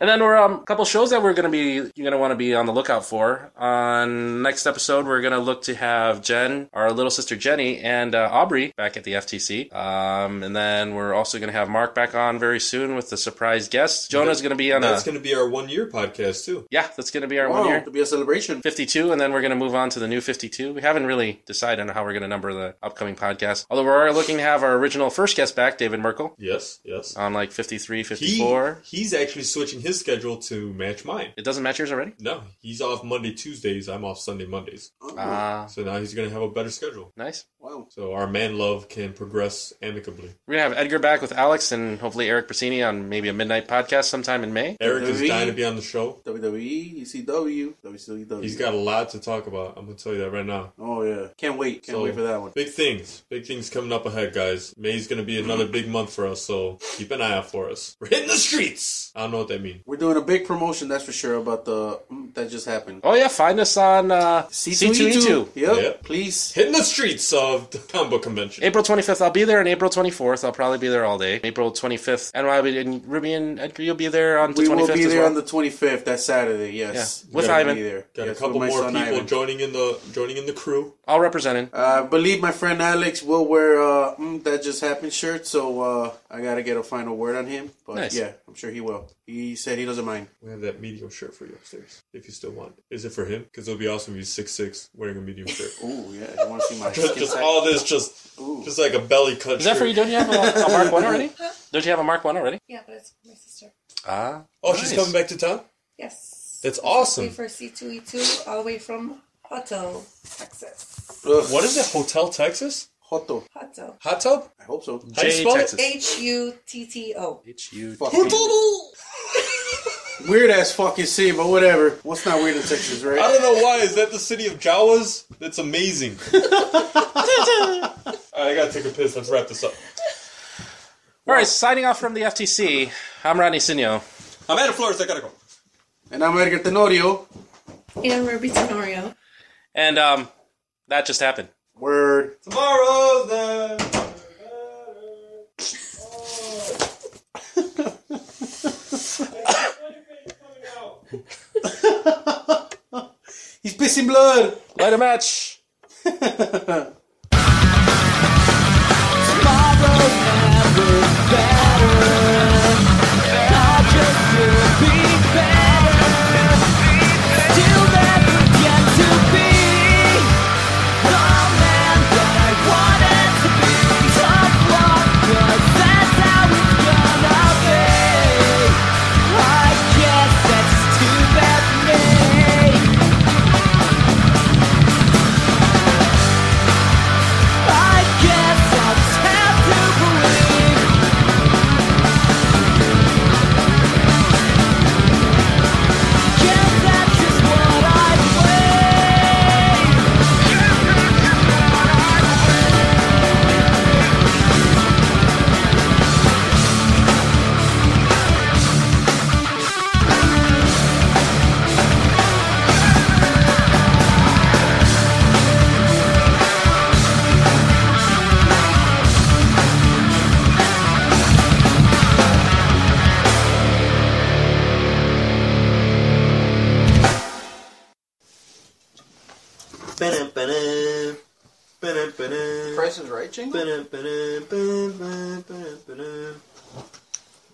A: and then we're um, a couple shows that we're going to be you're going to want to be on the lookout for. On next episode, we're going to look to have Jen, our little sister Jenny, and uh, Aubrey back at the FTC, um, and then we're also going to have Mark back on very soon with the surprise guest. Jonah's going to be on a
D: That's gonna be our one year podcast too.
A: yeah, that's going to be our
B: Wow.
A: one year.
B: To be a celebration.
A: 52 and then we're going to move on to the new 52 we haven't really decided on how we're going to number the upcoming podcast although we're looking to have our original first guest back david merkel
D: Yes, yes.
A: on like 53
D: He
A: 54
D: he's actually switching his schedule to match mine.
A: it doesn't match yours already
D: No, he's off Monday, Tuesdays. I'm off Sunday, Mondays.
B: Oh,
A: ah
D: So now he's gonna have a better schedule.
A: nice
B: wow.
D: So our man love can progress amicably.
A: we're going to have edgar back with alex and hopefully eric Persini on maybe a midnight podcast sometime in may
D: Eric is
B: WWE.
D: dying to be on the show.
B: WWE, ECW, WCW.
D: He's got a lot to talk about. I'm gonna tell you that right now.
B: Oh yeah. Can't wait. Can't
D: So-
B: wait for that one.
D: Big things, big things coming up ahead, guys. May's gonna be another big month for us, so keep an eye out for us. We're hitting the streets. I don't know what that means.
B: We're doing a big promotion, that's for sure. About the mm, that just happened.
A: oh yeah find us on uh,
B: C2E2.
A: c2e2
B: Yep.
D: E Yep.
B: Please.
D: Hitting the streets of the comic book convention.
A: April 25th, I'll be there, and April 24th, I'll probably be there all day. April 25th, and I'll be- and Ruby and Edgar, you'll be there on the
B: We
A: 25th
B: will be
A: as
B: there
A: well.
B: on the 25th. That Saturday. Yes.
A: Yeah. With
B: We're gonna
A: Ivan.
B: be there.
D: Got
B: Yes,
D: a couple
B: with my
D: more
B: son
D: people
B: Ivan.
D: joining in the joining in the crew.
A: I'll represent him.
B: Uh, I believe my friend Alex will wear uh, mm, that just happened shirt, so uh, I gotta get a final word on him. But
A: Nice.
B: yeah, I'm sure he will. He said he doesn't mind.
D: We have that medium shirt for you upstairs, if you still want. Is it for him? Because it'll be awesome if he's six six wearing a medium shirt.
B: Ooh, yeah, I want to see my
D: just,
B: skin
D: just
B: tight.
D: all this, just just like a belly cut.
A: Is that for you?
D: shirt.
A: Don't you have a, a Mark One already? Don't you have a Mark One already?
C: Yeah, but it's for my sister.
A: Ah,
D: Oh, she's
A: Nice.
D: coming back to town.
C: Yes.
D: That's
C: Way
D: awesome.
C: for C2E2 all the way from Hutto, Texas.
B: Ugh.
D: What is it? Hotel Texas?
B: Hoto.
C: Hutto.
D: Hot tub?
B: I hope so.
D: How do you
A: J
D: spell it?
A: Texas.
C: H U T T O.
A: H U.
B: Fucking weird ass fucking city, but whatever. What's not weird in Texas, right?
D: I don't know why. Is that the city of Jawas? That's amazing. All right, I gotta take a piss. Let's wrap this up.
A: All right, signing off from the FTC. I'm Rodney Sinio.
D: I'm out of Flores. I gotta go.
B: And I'm Edgar Tenorio.
C: And Ruby Tenorio.
A: and um, that just happened.
B: Word.
D: Tomorrow's the.
B: He's pissing blood.
A: Light a match.
J: Price is right jingle?
B: Ba-dum, ba-dum, ba-dum, ba-dum, ba-dum.